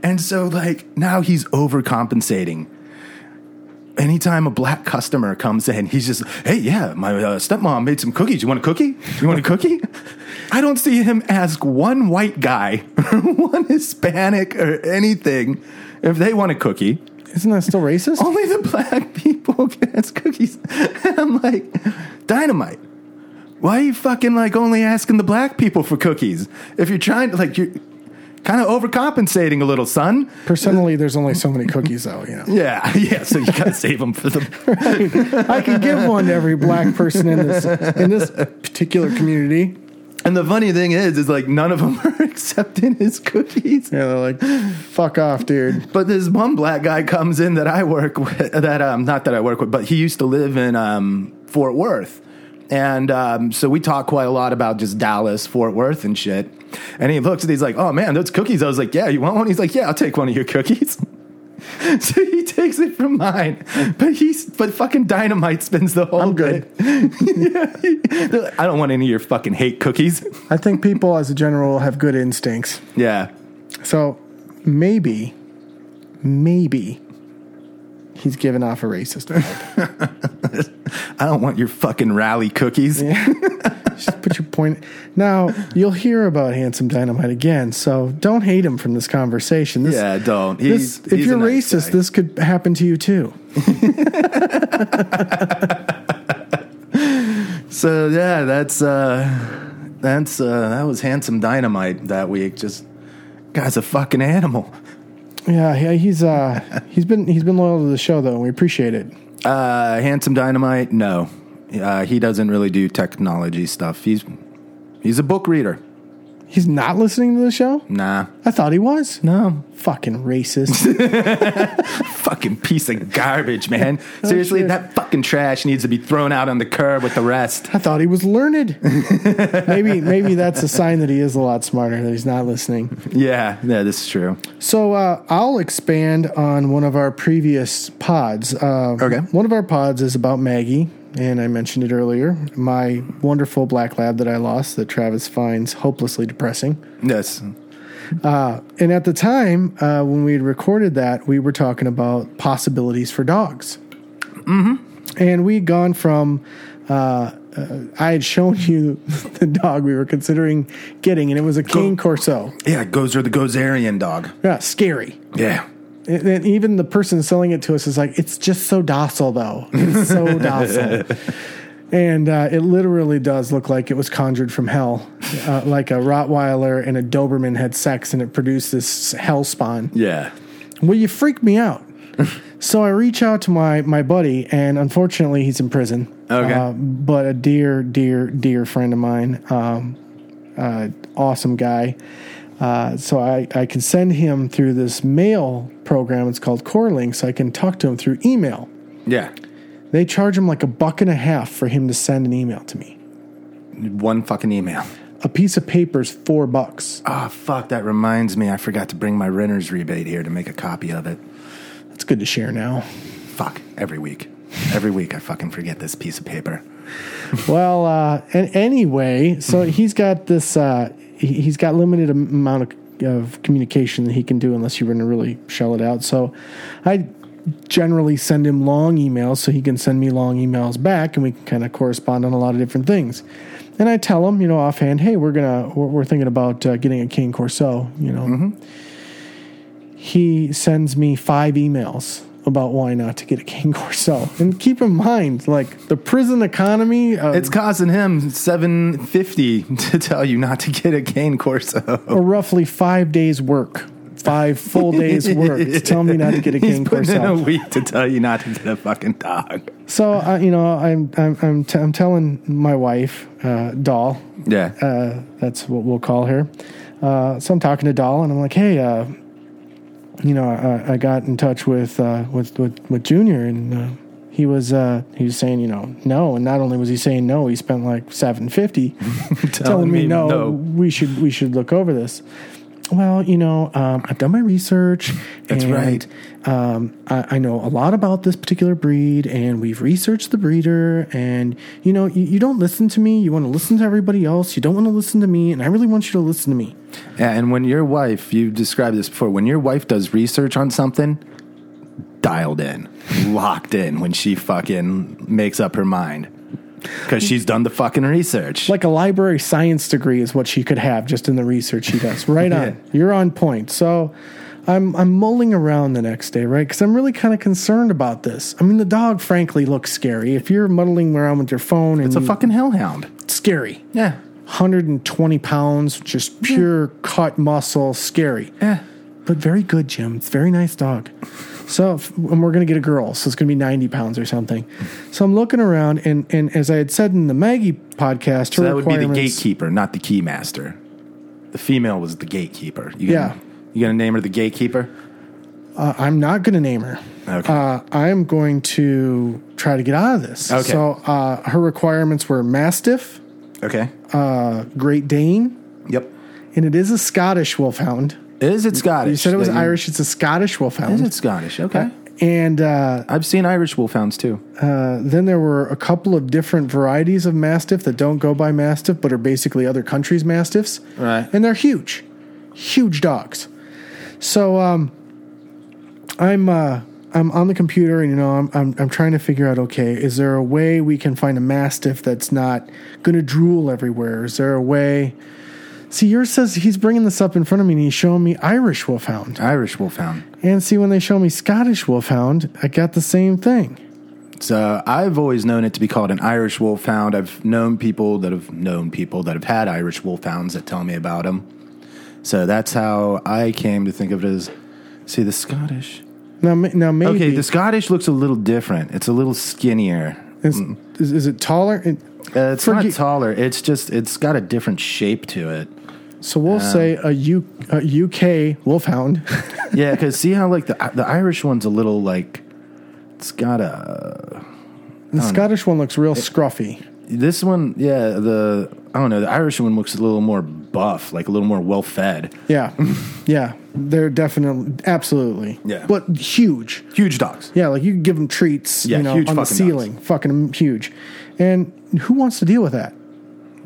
Speaker 4: And so, like now he's overcompensating. Anytime a black customer comes in, he's just, "Hey, yeah, my uh, stepmom made some cookies. You want a cookie? You want a cookie?" I don't see him ask one white guy or one Hispanic or anything if they want a cookie
Speaker 3: Isn't that still racist?
Speaker 4: only the black people can ask cookies. And I'm like, dynamite. Why are you fucking like only asking the black people for cookies? If you're trying to like you're kind of overcompensating a little, son.
Speaker 3: Personally, there's only so many cookies though. You know,
Speaker 4: Yeah, yeah. So you gotta save them for the.
Speaker 3: I can give one to every black person in this in this particular community.
Speaker 4: And the funny thing is, is like none of them are accepting his cookies.
Speaker 3: Yeah, they're like, fuck off, dude.
Speaker 4: But this one black guy comes in that I work with, that um, not that I work with, but he used to live in um, Fort Worth. And um, so we talk quite a lot about just Dallas, Fort Worth, and shit. And he looks and he's like, oh man, those cookies. I was like, yeah, you want one? He's like, yeah, I'll take one of your cookies. so he takes it from mine. But he's, but fucking dynamite spends the whole
Speaker 3: I'm good.
Speaker 4: day- yeah, he- they're like, I don't want any of your fucking hate cookies.
Speaker 3: I think people, as a general, have good instincts.
Speaker 4: yeah.
Speaker 3: So maybe, maybe he's giving off a racist vibe.
Speaker 4: I don't want your fucking rally cookies.
Speaker 3: Just put your point. Now you'll hear about Handsome Dynamite again, so don't hate him from this conversation. This,
Speaker 4: Yeah, don't.
Speaker 3: this-
Speaker 4: He's,
Speaker 3: if
Speaker 4: he's a
Speaker 3: you're
Speaker 4: nice
Speaker 3: racist,
Speaker 4: guy.
Speaker 3: this could happen to you too.
Speaker 4: So yeah, that's uh that's uh that was handsome dynamite that week. Just guy's a fucking animal.
Speaker 3: Yeah, yeah, he's uh, he's been he's been loyal to the show though, and we appreciate it.
Speaker 4: Uh handsome dynamite, no. Uh he doesn't really do technology stuff. He's he's a book reader.
Speaker 3: He's not listening to the show.
Speaker 4: Nah.
Speaker 3: I thought he was.
Speaker 4: No.
Speaker 3: Fucking racist.
Speaker 4: Fucking piece of garbage, man. Seriously,
Speaker 3: shit.
Speaker 4: that fucking trash needs to be thrown out on the curb with the rest.
Speaker 3: I thought he was learned. maybe maybe that's a sign that he is a lot smarter that he's not listening.
Speaker 4: Yeah, yeah, this is true.
Speaker 3: So uh, I'll expand on one of our previous pods. Uh,
Speaker 4: Okay.
Speaker 3: One of our pods is about Maggie, and I mentioned it earlier. My wonderful black lab that I lost, that Travis finds hopelessly depressing.
Speaker 4: Yes.
Speaker 3: Uh, and at the time uh, when we had recorded that, we were talking about possibilities for dogs. And we'd gone from, uh, uh, I had shown you the dog we were considering getting, and it was a King Corso.
Speaker 4: Yeah, Gozer the Gozerian dog.
Speaker 3: Yeah, scary.
Speaker 4: Yeah.
Speaker 3: And and even the person selling it to us is like, it's just so docile, though. It's so docile. And uh, it literally does look like it was conjured from hell. Uh, like a Rottweiler and a Doberman had sex and it produced this hell spawn.
Speaker 4: Yeah.
Speaker 3: Well, you freaked me out. so I reach out to my, my buddy, and unfortunately, he's in prison.
Speaker 4: Okay.
Speaker 3: Uh, but a dear, dear, dear friend of mine, um, uh, awesome guy. Uh, so I, I can send him through this mail program. It's called CoreLink, so I can talk to him through email.
Speaker 4: Yeah.
Speaker 3: They charge him like a buck and a half for him to send an email to me.
Speaker 4: One fucking email.
Speaker 3: A piece of paper's four bucks.
Speaker 4: Ah, fuck, that reminds me. I forgot to bring my renter's rebate here to make a copy of it.
Speaker 3: That's good to share now.
Speaker 4: Fuck, every week. Every week I fucking forget this piece of paper.
Speaker 3: Well, uh, and anyway, so he's got this. Uh, he- he's got limited am- amount of, of communication that he can do unless you're going to really shell it out. So, I generally send him long emails so he can send me long emails back, and we can kind of correspond on a lot of different things. And I tell him, you know, offhand, hey, we're gonna we're, we're thinking about uh, getting a King Corso. You know, he sends me five emails about why not to get a King Corso. And keep in mind, like the prison economy. Uh,
Speaker 4: It's costing him 750 to tell you not to get a cane corso.
Speaker 3: or roughly five days work, five full days work. to Tell me not to get a
Speaker 4: He's
Speaker 3: cane
Speaker 4: putting in a
Speaker 3: corso.
Speaker 4: week to tell you not to get a fucking dog.
Speaker 3: So I, you know, I'm I'm I'm, t- I'm telling my wife, uh, Doll,
Speaker 4: Yeah.
Speaker 3: uh, that's what we'll call her. Uh, so I'm talking to Doll, and I'm like, hey, uh, you know, I, I got in touch with uh, with, with with Junior, and uh, he was uh, he was saying, you know, no, and not only was he saying no, he spent like seven fifty telling, me,
Speaker 4: me
Speaker 3: no,
Speaker 4: no.
Speaker 3: we should we should look over this. Well, you know, um, I've done my research.
Speaker 4: That's
Speaker 3: and,
Speaker 4: right.
Speaker 3: Um, I, I know a lot about this particular breed, and we've researched the breeder. And you know, you, you don't listen to me. You want to listen to everybody else. You don't want to listen to me, and I really want you to listen to me.
Speaker 4: Yeah, and when your wife, you described this before, when your wife does research on something, dialed in, locked in when she fucking makes up her mind. Because she's done the fucking research.
Speaker 3: Like a library science degree is what she could have just in the research she does. Right
Speaker 4: Yeah.
Speaker 3: on. You're on point. So I'm I'm mulling around the next day, right? Because I'm really kind of concerned about this. I mean, the dog frankly looks scary. If you're muddling around with your phone, and
Speaker 4: it's a
Speaker 3: you-
Speaker 4: fucking hellhound.
Speaker 3: it's scary.
Speaker 4: Yeah.
Speaker 3: 120 pounds, just pure cut muscle, scary.
Speaker 4: Yeah.
Speaker 3: But very good, Jim. It's a very nice dog. So, f- and we're going to get a girl. So it's going to be 90 pounds or something. So I'm looking around, and, and as I had said in the Maggie podcast, her
Speaker 4: So that would be the
Speaker 3: requirements-
Speaker 4: gatekeeper, not the keymaster. The female was the gatekeeper. You
Speaker 3: Yeah.
Speaker 4: gonna, You gonna name her the gatekeeper?
Speaker 3: Uh, I'm not going to name her.
Speaker 4: Okay.
Speaker 3: Uh, I'm going to try to get out of this.
Speaker 4: Okay.
Speaker 3: So uh, her requirements were Mastiff,
Speaker 4: okay.
Speaker 3: uh, Great Dane,
Speaker 4: yep.
Speaker 3: and it is a Scottish Wolfhound.
Speaker 4: Is it Scottish?
Speaker 3: You said it was
Speaker 4: that
Speaker 3: Irish. It's a Scottish
Speaker 4: Is
Speaker 3: Wolfhound.
Speaker 4: it Scottish? Okay.
Speaker 3: and uh,
Speaker 4: I've seen Irish wolfhounds too.
Speaker 3: uh, then there were a couple of different varieties of Mastiff that don't go by Mastiff, but are basically other countries' Mastiffs.
Speaker 4: Right.
Speaker 3: And they're huge, huge dogs. So um, I'm uh, I'm on the computer, and you know I'm, I'm I'm trying to figure out. Okay, is there a way we can find a mastiff that's not going to drool everywhere? Is there a way? See, yours says he's bringing this up in front of me, and he's showing me Irish Wolfhound.
Speaker 4: Irish wolfhound.
Speaker 3: And see, when they show me Scottish Wolfhound, I got the same thing.
Speaker 4: So uh, I've always known it to be called an Irish wolfhound. I've known people that have known people that have had Irish wolfhounds that tell me about them. So that's how I came to think of it as. See the Scottish.
Speaker 3: Now, ma- now maybe
Speaker 4: Okay, the Scottish looks a little different. It's a little skinnier.
Speaker 3: is, is, is it taller? It-
Speaker 4: Uh, it's
Speaker 3: Forget-
Speaker 4: not taller. It's just it's got a different shape to it.
Speaker 3: so we'll
Speaker 4: Um,
Speaker 3: say a, U, a UK Wolfhound.
Speaker 4: Yeah, because see how like the the Irish one's a little like it's got a Oh,
Speaker 3: the Scottish one looks real scruffy.
Speaker 4: this one. Yeah, the I don't know. The Irish one looks a little more buff, like a little more well fed.
Speaker 3: Yeah, yeah, they're definitely absolutely.
Speaker 4: Yeah.
Speaker 3: but huge.
Speaker 4: Huge dogs.
Speaker 3: Yeah, like you could give them treats.
Speaker 4: Yeah,
Speaker 3: you know,
Speaker 4: huge
Speaker 3: on the
Speaker 4: fucking dogs.
Speaker 3: ceiling, fucking huge. And who wants to deal with that?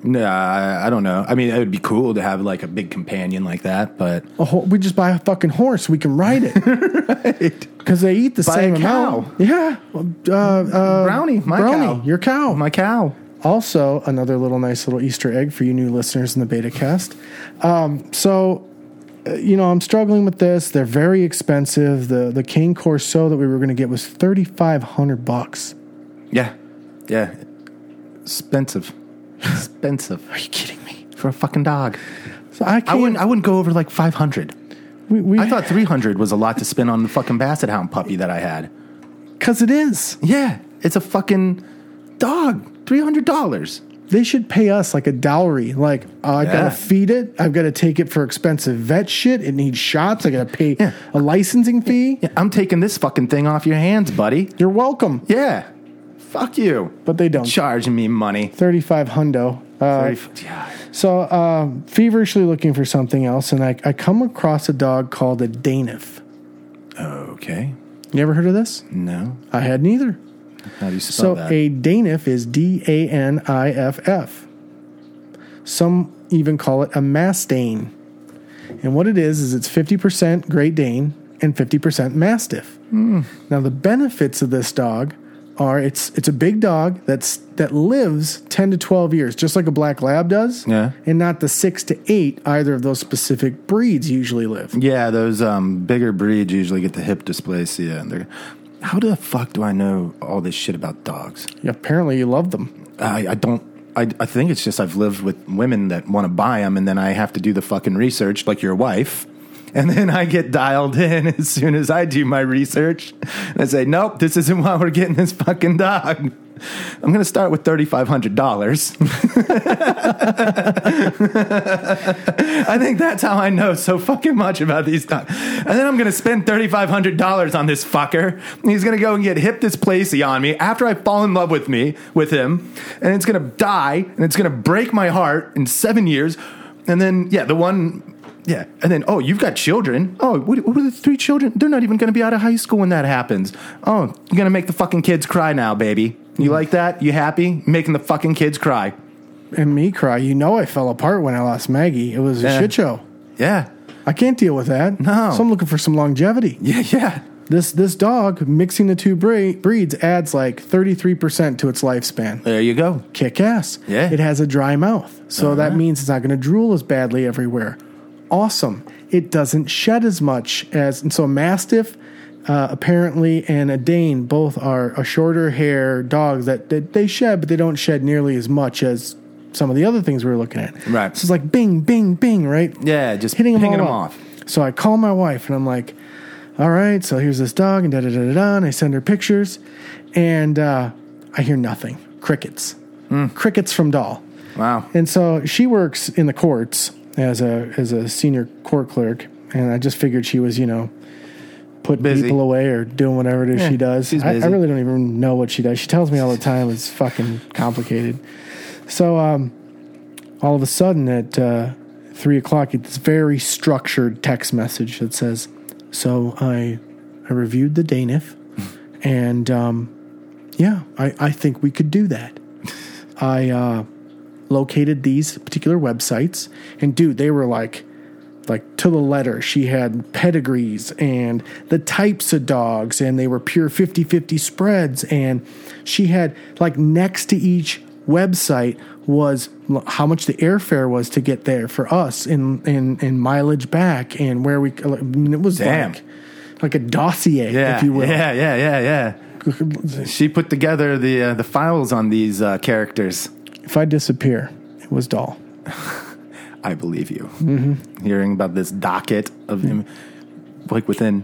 Speaker 4: No, I, I don't know. I mean, it would be cool to have like a big companion like that, but
Speaker 3: A ho- we just buy a fucking horse. We can ride it. right. Because they eat the
Speaker 4: Buy a
Speaker 3: same
Speaker 4: cow.
Speaker 3: amount. Yeah. Well, Uh, uh,
Speaker 4: Brownie, my
Speaker 3: Brownie,
Speaker 4: cow.
Speaker 3: your cow.
Speaker 4: Oh, my cow.
Speaker 3: also, another little nice little Easter egg for you new listeners in the beta cast. Um, so, uh, you know, I'm struggling with this. They're very expensive. The the King Corso that we were going to get was 3,500 bucks.
Speaker 4: Yeah, yeah. Expensive, expensive
Speaker 3: Are you kidding me?
Speaker 4: for a fucking dog.
Speaker 3: So I can't.
Speaker 4: I wouldn't. I wouldn't go over like five hundred.
Speaker 3: we, we,
Speaker 4: I thought three hundred was a lot to spend on the fucking basset hound puppy that I had.
Speaker 3: because it is.
Speaker 4: Yeah, it's a fucking dog. Three hundred dollars.
Speaker 3: They should pay us like a dowry. Like oh, I
Speaker 4: Yeah.
Speaker 3: gotta feed it. I've got to take it for expensive vet shit. It needs shots. I gotta pay
Speaker 4: Yeah.
Speaker 3: a licensing fee.
Speaker 4: Yeah, I'm taking this fucking thing off your hands, buddy.
Speaker 3: You're welcome.
Speaker 4: Yeah, fuck you.
Speaker 3: But they don't.
Speaker 4: Charging me money.
Speaker 3: Thirty-five hundo. Uh,
Speaker 4: Very f- yeah.
Speaker 3: So uh, feverishly looking for something else, and I, I come across a dog called a Danif.
Speaker 4: Okay.
Speaker 3: You ever heard of this?
Speaker 4: No.
Speaker 3: I had neither.
Speaker 4: How do you
Speaker 3: So
Speaker 4: spell that?
Speaker 3: a Danif is D A N I F F. Some even call it a Mastane. And what it is, is it's 50% Great Dane and 50% Mastiff.
Speaker 4: Hmm.
Speaker 3: Now, the benefits of this dog are it's it's a big dog that's that lives 10 to 12 years, just like a black lab does.
Speaker 4: Yeah.
Speaker 3: And not the six to eight either of those specific breeds usually live.
Speaker 4: yeah, those um, bigger breeds usually get the hip dysplasia, and they're. How the fuck do I know all this shit about dogs?
Speaker 3: Apparently, you love them.
Speaker 4: I, I don't. I, I think it's just I've lived with women that want to buy them, and then I have to do the fucking research, like your wife, and then I get dialed in as soon as I do my research. And I say, nope, this isn't why we're getting this fucking dog. I'm gonna start with thirty five hundred dollars. I think that's how I know so fucking much about these dogs. And then I'm gonna spend thirty five hundred dollars on this fucker. And He's gonna go and get hip dysplasia on me after I fall in love with me with him, and it's gonna die and it's gonna break my heart in seven years. And then yeah, the one yeah, and then oh, you've got children. Oh, what, what are the three children? They're not even gonna be out of high school when that happens. Oh, you're gonna make the fucking kids cry now, baby. You like that? You happy? Making the fucking kids cry.
Speaker 3: And me cry. You know, I fell apart when I lost Maggie. It was a
Speaker 4: Yeah.
Speaker 3: shit show.
Speaker 4: Yeah.
Speaker 3: I can't deal with that.
Speaker 4: No.
Speaker 3: So I'm looking for some longevity.
Speaker 4: Yeah, yeah.
Speaker 3: This this dog mixing the two bre- breeds adds like 33% to its lifespan.
Speaker 4: There you go.
Speaker 3: Kick ass.
Speaker 4: Yeah.
Speaker 3: It has a dry mouth. So that means it's not going to drool as badly everywhere. Awesome. It doesn't shed as much as and so a mastiff uh, apparently and a Dane both are a shorter hair dogs that, that they shed but they don't shed nearly as much as some of the other things we were looking at.
Speaker 4: Right.
Speaker 3: So it's like bing bing bing, right?
Speaker 4: Yeah, just
Speaker 3: hitting them
Speaker 4: pinging
Speaker 3: all
Speaker 4: them
Speaker 3: off.
Speaker 4: off.
Speaker 3: So I call my wife and I'm like, all right, so here's this dog and da da da da da. And I send her pictures and uh, I hear nothing crickets,
Speaker 4: Hmm.
Speaker 3: crickets from Doll.
Speaker 4: Wow.
Speaker 3: And so she works in the courts as a as a senior court clerk, and I just figured she was you know putting
Speaker 4: Busy.
Speaker 3: people away or doing whatever it is she does.
Speaker 4: she's
Speaker 3: I, I
Speaker 4: busy.
Speaker 3: really don't even know what she does. She tells me all the time it's fucking complicated. So um, all of a sudden at uh, three o'clock, it's very structured text message that says, "So I I reviewed the Danif,
Speaker 4: Hmm.
Speaker 3: and um, yeah, I I think we could do that. I." Uh, located these particular websites and dude they were like like to the letter she had pedigrees and the types of dogs and they were pure 50-50 spreads and she had like next to each website was l- how much the airfare was to get there for us and and and mileage back and where we I mean, it was
Speaker 4: Damn.
Speaker 3: like like a dossier
Speaker 4: Yeah.
Speaker 3: if you will
Speaker 4: Yeah, yeah, yeah, yeah. She put together the uh, the files on these uh, characters.
Speaker 3: if i disappear it was doll
Speaker 4: I believe you.
Speaker 3: Mm-hmm.
Speaker 4: Hearing about this docket of him, like within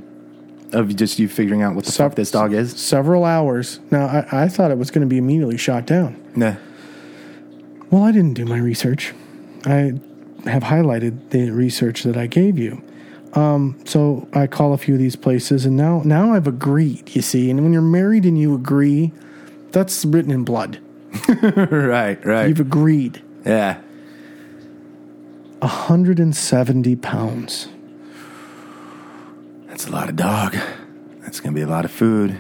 Speaker 4: of just you figuring out what the fuck this dog is.
Speaker 3: several hours now i, I thought it was going to be immediately shot down
Speaker 4: Nah.
Speaker 3: Well, I didn't do my research. I have highlighted the research that I gave you. Um, so I call a few of these places, and now now I've agreed. You see, and when you're married and you agree, that's written in blood.
Speaker 4: right, right.
Speaker 3: You've agreed.
Speaker 4: yeah.
Speaker 3: 170 pounds.
Speaker 4: That's a lot of dog. That's going to be a lot of food.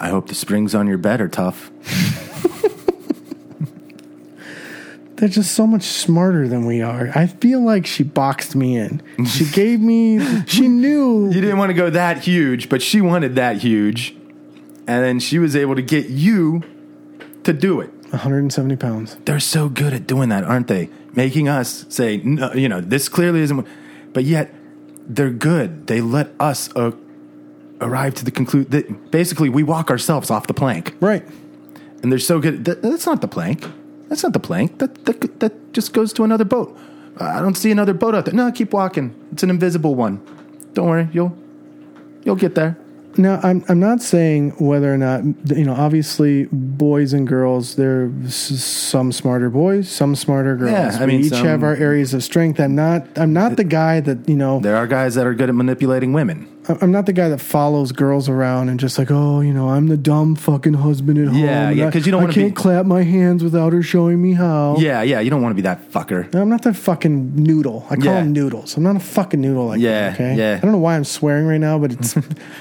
Speaker 4: I hope the springs on your bed are tough.
Speaker 3: They're just so much smarter than we are. I feel like she boxed me in. She gave me, she knew.
Speaker 4: You didn't want to go that huge, but she wanted that huge. And then she was able to get you to do it.
Speaker 3: 170 pounds.
Speaker 4: They're so good at doing that, aren't they? Making us say, no, you know, this clearly isn't. what-" But yet, they're good. They let us uh, arrive to the conclude that basically we walk ourselves off the plank.
Speaker 3: Right.
Speaker 4: And they're so good. That, that's not the plank. That's not the plank. That, that, that just goes to another boat. I don't see another boat out there. No, keep walking. It's an invisible one. Don't worry. You'll, you'll get there.
Speaker 3: Now, I'm I'm not saying whether or not you know. Obviously, boys and girls, there s some smarter boys, some smarter girls.
Speaker 4: Yeah, I
Speaker 3: we
Speaker 4: mean,
Speaker 3: each
Speaker 4: some-
Speaker 3: have our areas of strength. I'm not I'm not the guy that you know.
Speaker 4: There are guys that are good at manipulating women.
Speaker 3: I- I'm not the guy that follows girls around and just like, oh, you know, I'm the dumb fucking husband at home.
Speaker 4: Yeah,
Speaker 3: and
Speaker 4: yeah,
Speaker 3: I-
Speaker 4: 'cause you don't
Speaker 3: I
Speaker 4: wanna be-
Speaker 3: can't clap my hands without her showing me how.
Speaker 4: Yeah, yeah. You don't want to be that fucker.
Speaker 3: I'm not that fucking noodle. I call
Speaker 4: Yeah.
Speaker 3: them noodles. I'm not a fucking noodle like
Speaker 4: Yeah,
Speaker 3: that. Okay.
Speaker 4: yeah.
Speaker 3: I don't know why I'm swearing right now, but it's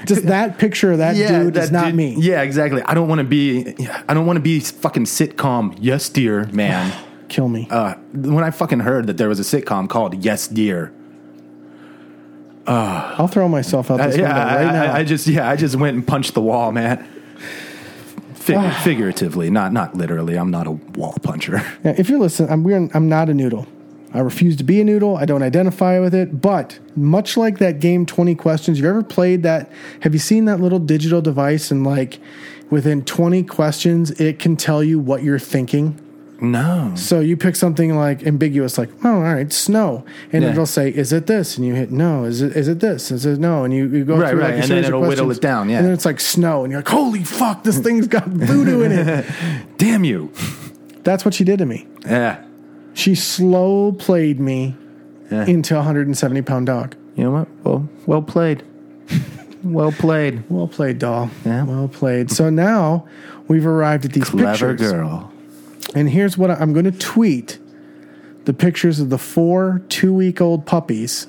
Speaker 3: just that picture of that dude is not
Speaker 4: dude-
Speaker 3: me.
Speaker 4: Yeah, exactly. I don't want to be. I don't want to be fucking sitcom. Yes, dear, man.
Speaker 3: Kill me.
Speaker 4: uh, when I fucking heard that there was a sitcom called Yes, Dear.
Speaker 3: I'll throw myself out this
Speaker 4: Uh, yeah,
Speaker 3: window
Speaker 4: I,
Speaker 3: right now.
Speaker 4: I, I just yeah, I just went and punched the wall, man. Fig- figuratively, not not literally. I'm not a wall puncher.
Speaker 3: Now, if you're listening, I'm we're, I'm not a noodle. I refuse to be a noodle. I don't identify with it. But much like that game, Twenty Questions. Have you ever played that? Have you seen that little digital device and like within 20 questions, it can tell you what you're thinking.
Speaker 4: No.
Speaker 3: So you pick something like ambiguous, like oh, all right, snow, and
Speaker 4: Yeah.
Speaker 3: it'll say, "Is it this?" And you hit no. Is it is it this? Is it no? And you, you go
Speaker 4: Right,
Speaker 3: through
Speaker 4: right,
Speaker 3: like a
Speaker 4: and then
Speaker 3: series of
Speaker 4: it'll whittle
Speaker 3: questions.
Speaker 4: it down, yeah.
Speaker 3: and then it's like snow, and you're like, "Holy fuck, this thing's got voodoo in it."
Speaker 4: Damn you.
Speaker 3: That's what she did to me.
Speaker 4: Yeah.
Speaker 3: She slow played me
Speaker 4: Yeah.
Speaker 3: into a 170 pound dog.
Speaker 4: You know what? Well, well played. well played.
Speaker 3: Well played, doll.
Speaker 4: Yeah.
Speaker 3: Well played. So now we've arrived at these
Speaker 4: Clever
Speaker 3: pictures.
Speaker 4: girl.
Speaker 3: And here's what I, I'm going to tweet the pictures of the four two week old puppies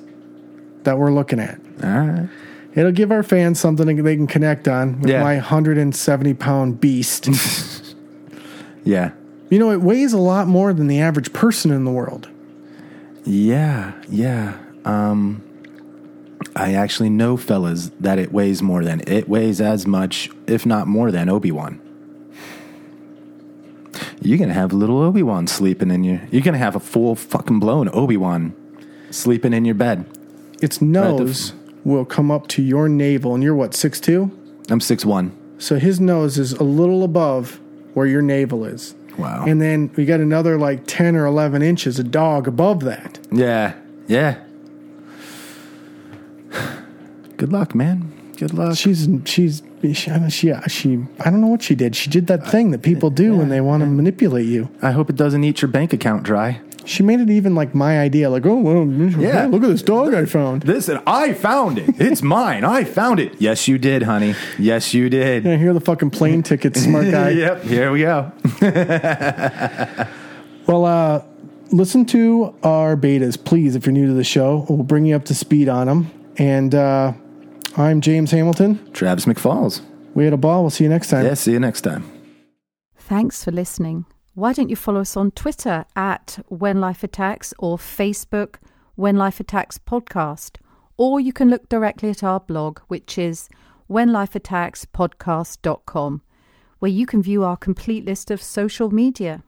Speaker 3: that we're looking at.
Speaker 4: All right.
Speaker 3: It'll give our fans something they can connect on with
Speaker 4: Yeah.
Speaker 3: my 170 pound beast.
Speaker 4: Yeah.
Speaker 3: you know, it weighs a lot more than the average person in the world.
Speaker 4: Yeah, yeah. Um, I actually know, fellas, that it weighs more than it weighs as much, if not more than Obi Wan. You're gonna have little Obi Wan sleeping in your. You're gonna have a full fucking blown Obi Wan sleeping in your bed.
Speaker 3: Its
Speaker 4: the f-
Speaker 3: nose will come up to your navel, and you're what, 6'2?
Speaker 4: I'm six one.
Speaker 3: So his nose is a little above where your navel is.
Speaker 4: Wow.
Speaker 3: And then we got another like 10 or 11 inches of dog above that.
Speaker 4: yeah, yeah. Good luck, man. Good luck.
Speaker 3: She's, she's, she, I don't- she, she, I don't know what she did. She did that thing that people do when they want to manipulate you.
Speaker 4: I hope it doesn't eat your bank account dry.
Speaker 3: She made it even like my idea, like, oh, well,
Speaker 4: Yeah.
Speaker 3: look at this dog I found.
Speaker 4: Listen, I found it. It's mine. I found it. Yes, you did, honey. Yes, you did.
Speaker 3: And I hear the fucking plane ticket, smart guy.
Speaker 4: Yep, here we go.
Speaker 3: Well, uh, listen to our betas, please, if you're new to the show. We'll bring you up to speed on them. And uh, I'm James Hamilton.
Speaker 4: Travis McFalls.
Speaker 3: We had a ball. We'll see you next time.
Speaker 4: Yeah, see you next time.
Speaker 1: Thanks for listening. Why don't you follow us on Twitter at When Life Attacks or Facebook When Life Attacks Podcast? Or you can look directly at our blog, which is whenlifeattackspodcast.com, where you can view our complete list of social media.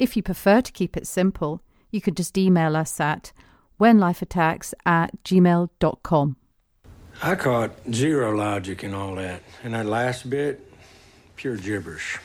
Speaker 1: If you prefer to keep it simple, you could just email us at whenlifeattacks at gmail.com.
Speaker 2: I caught zero logic in all that. And that last bit, pure gibberish.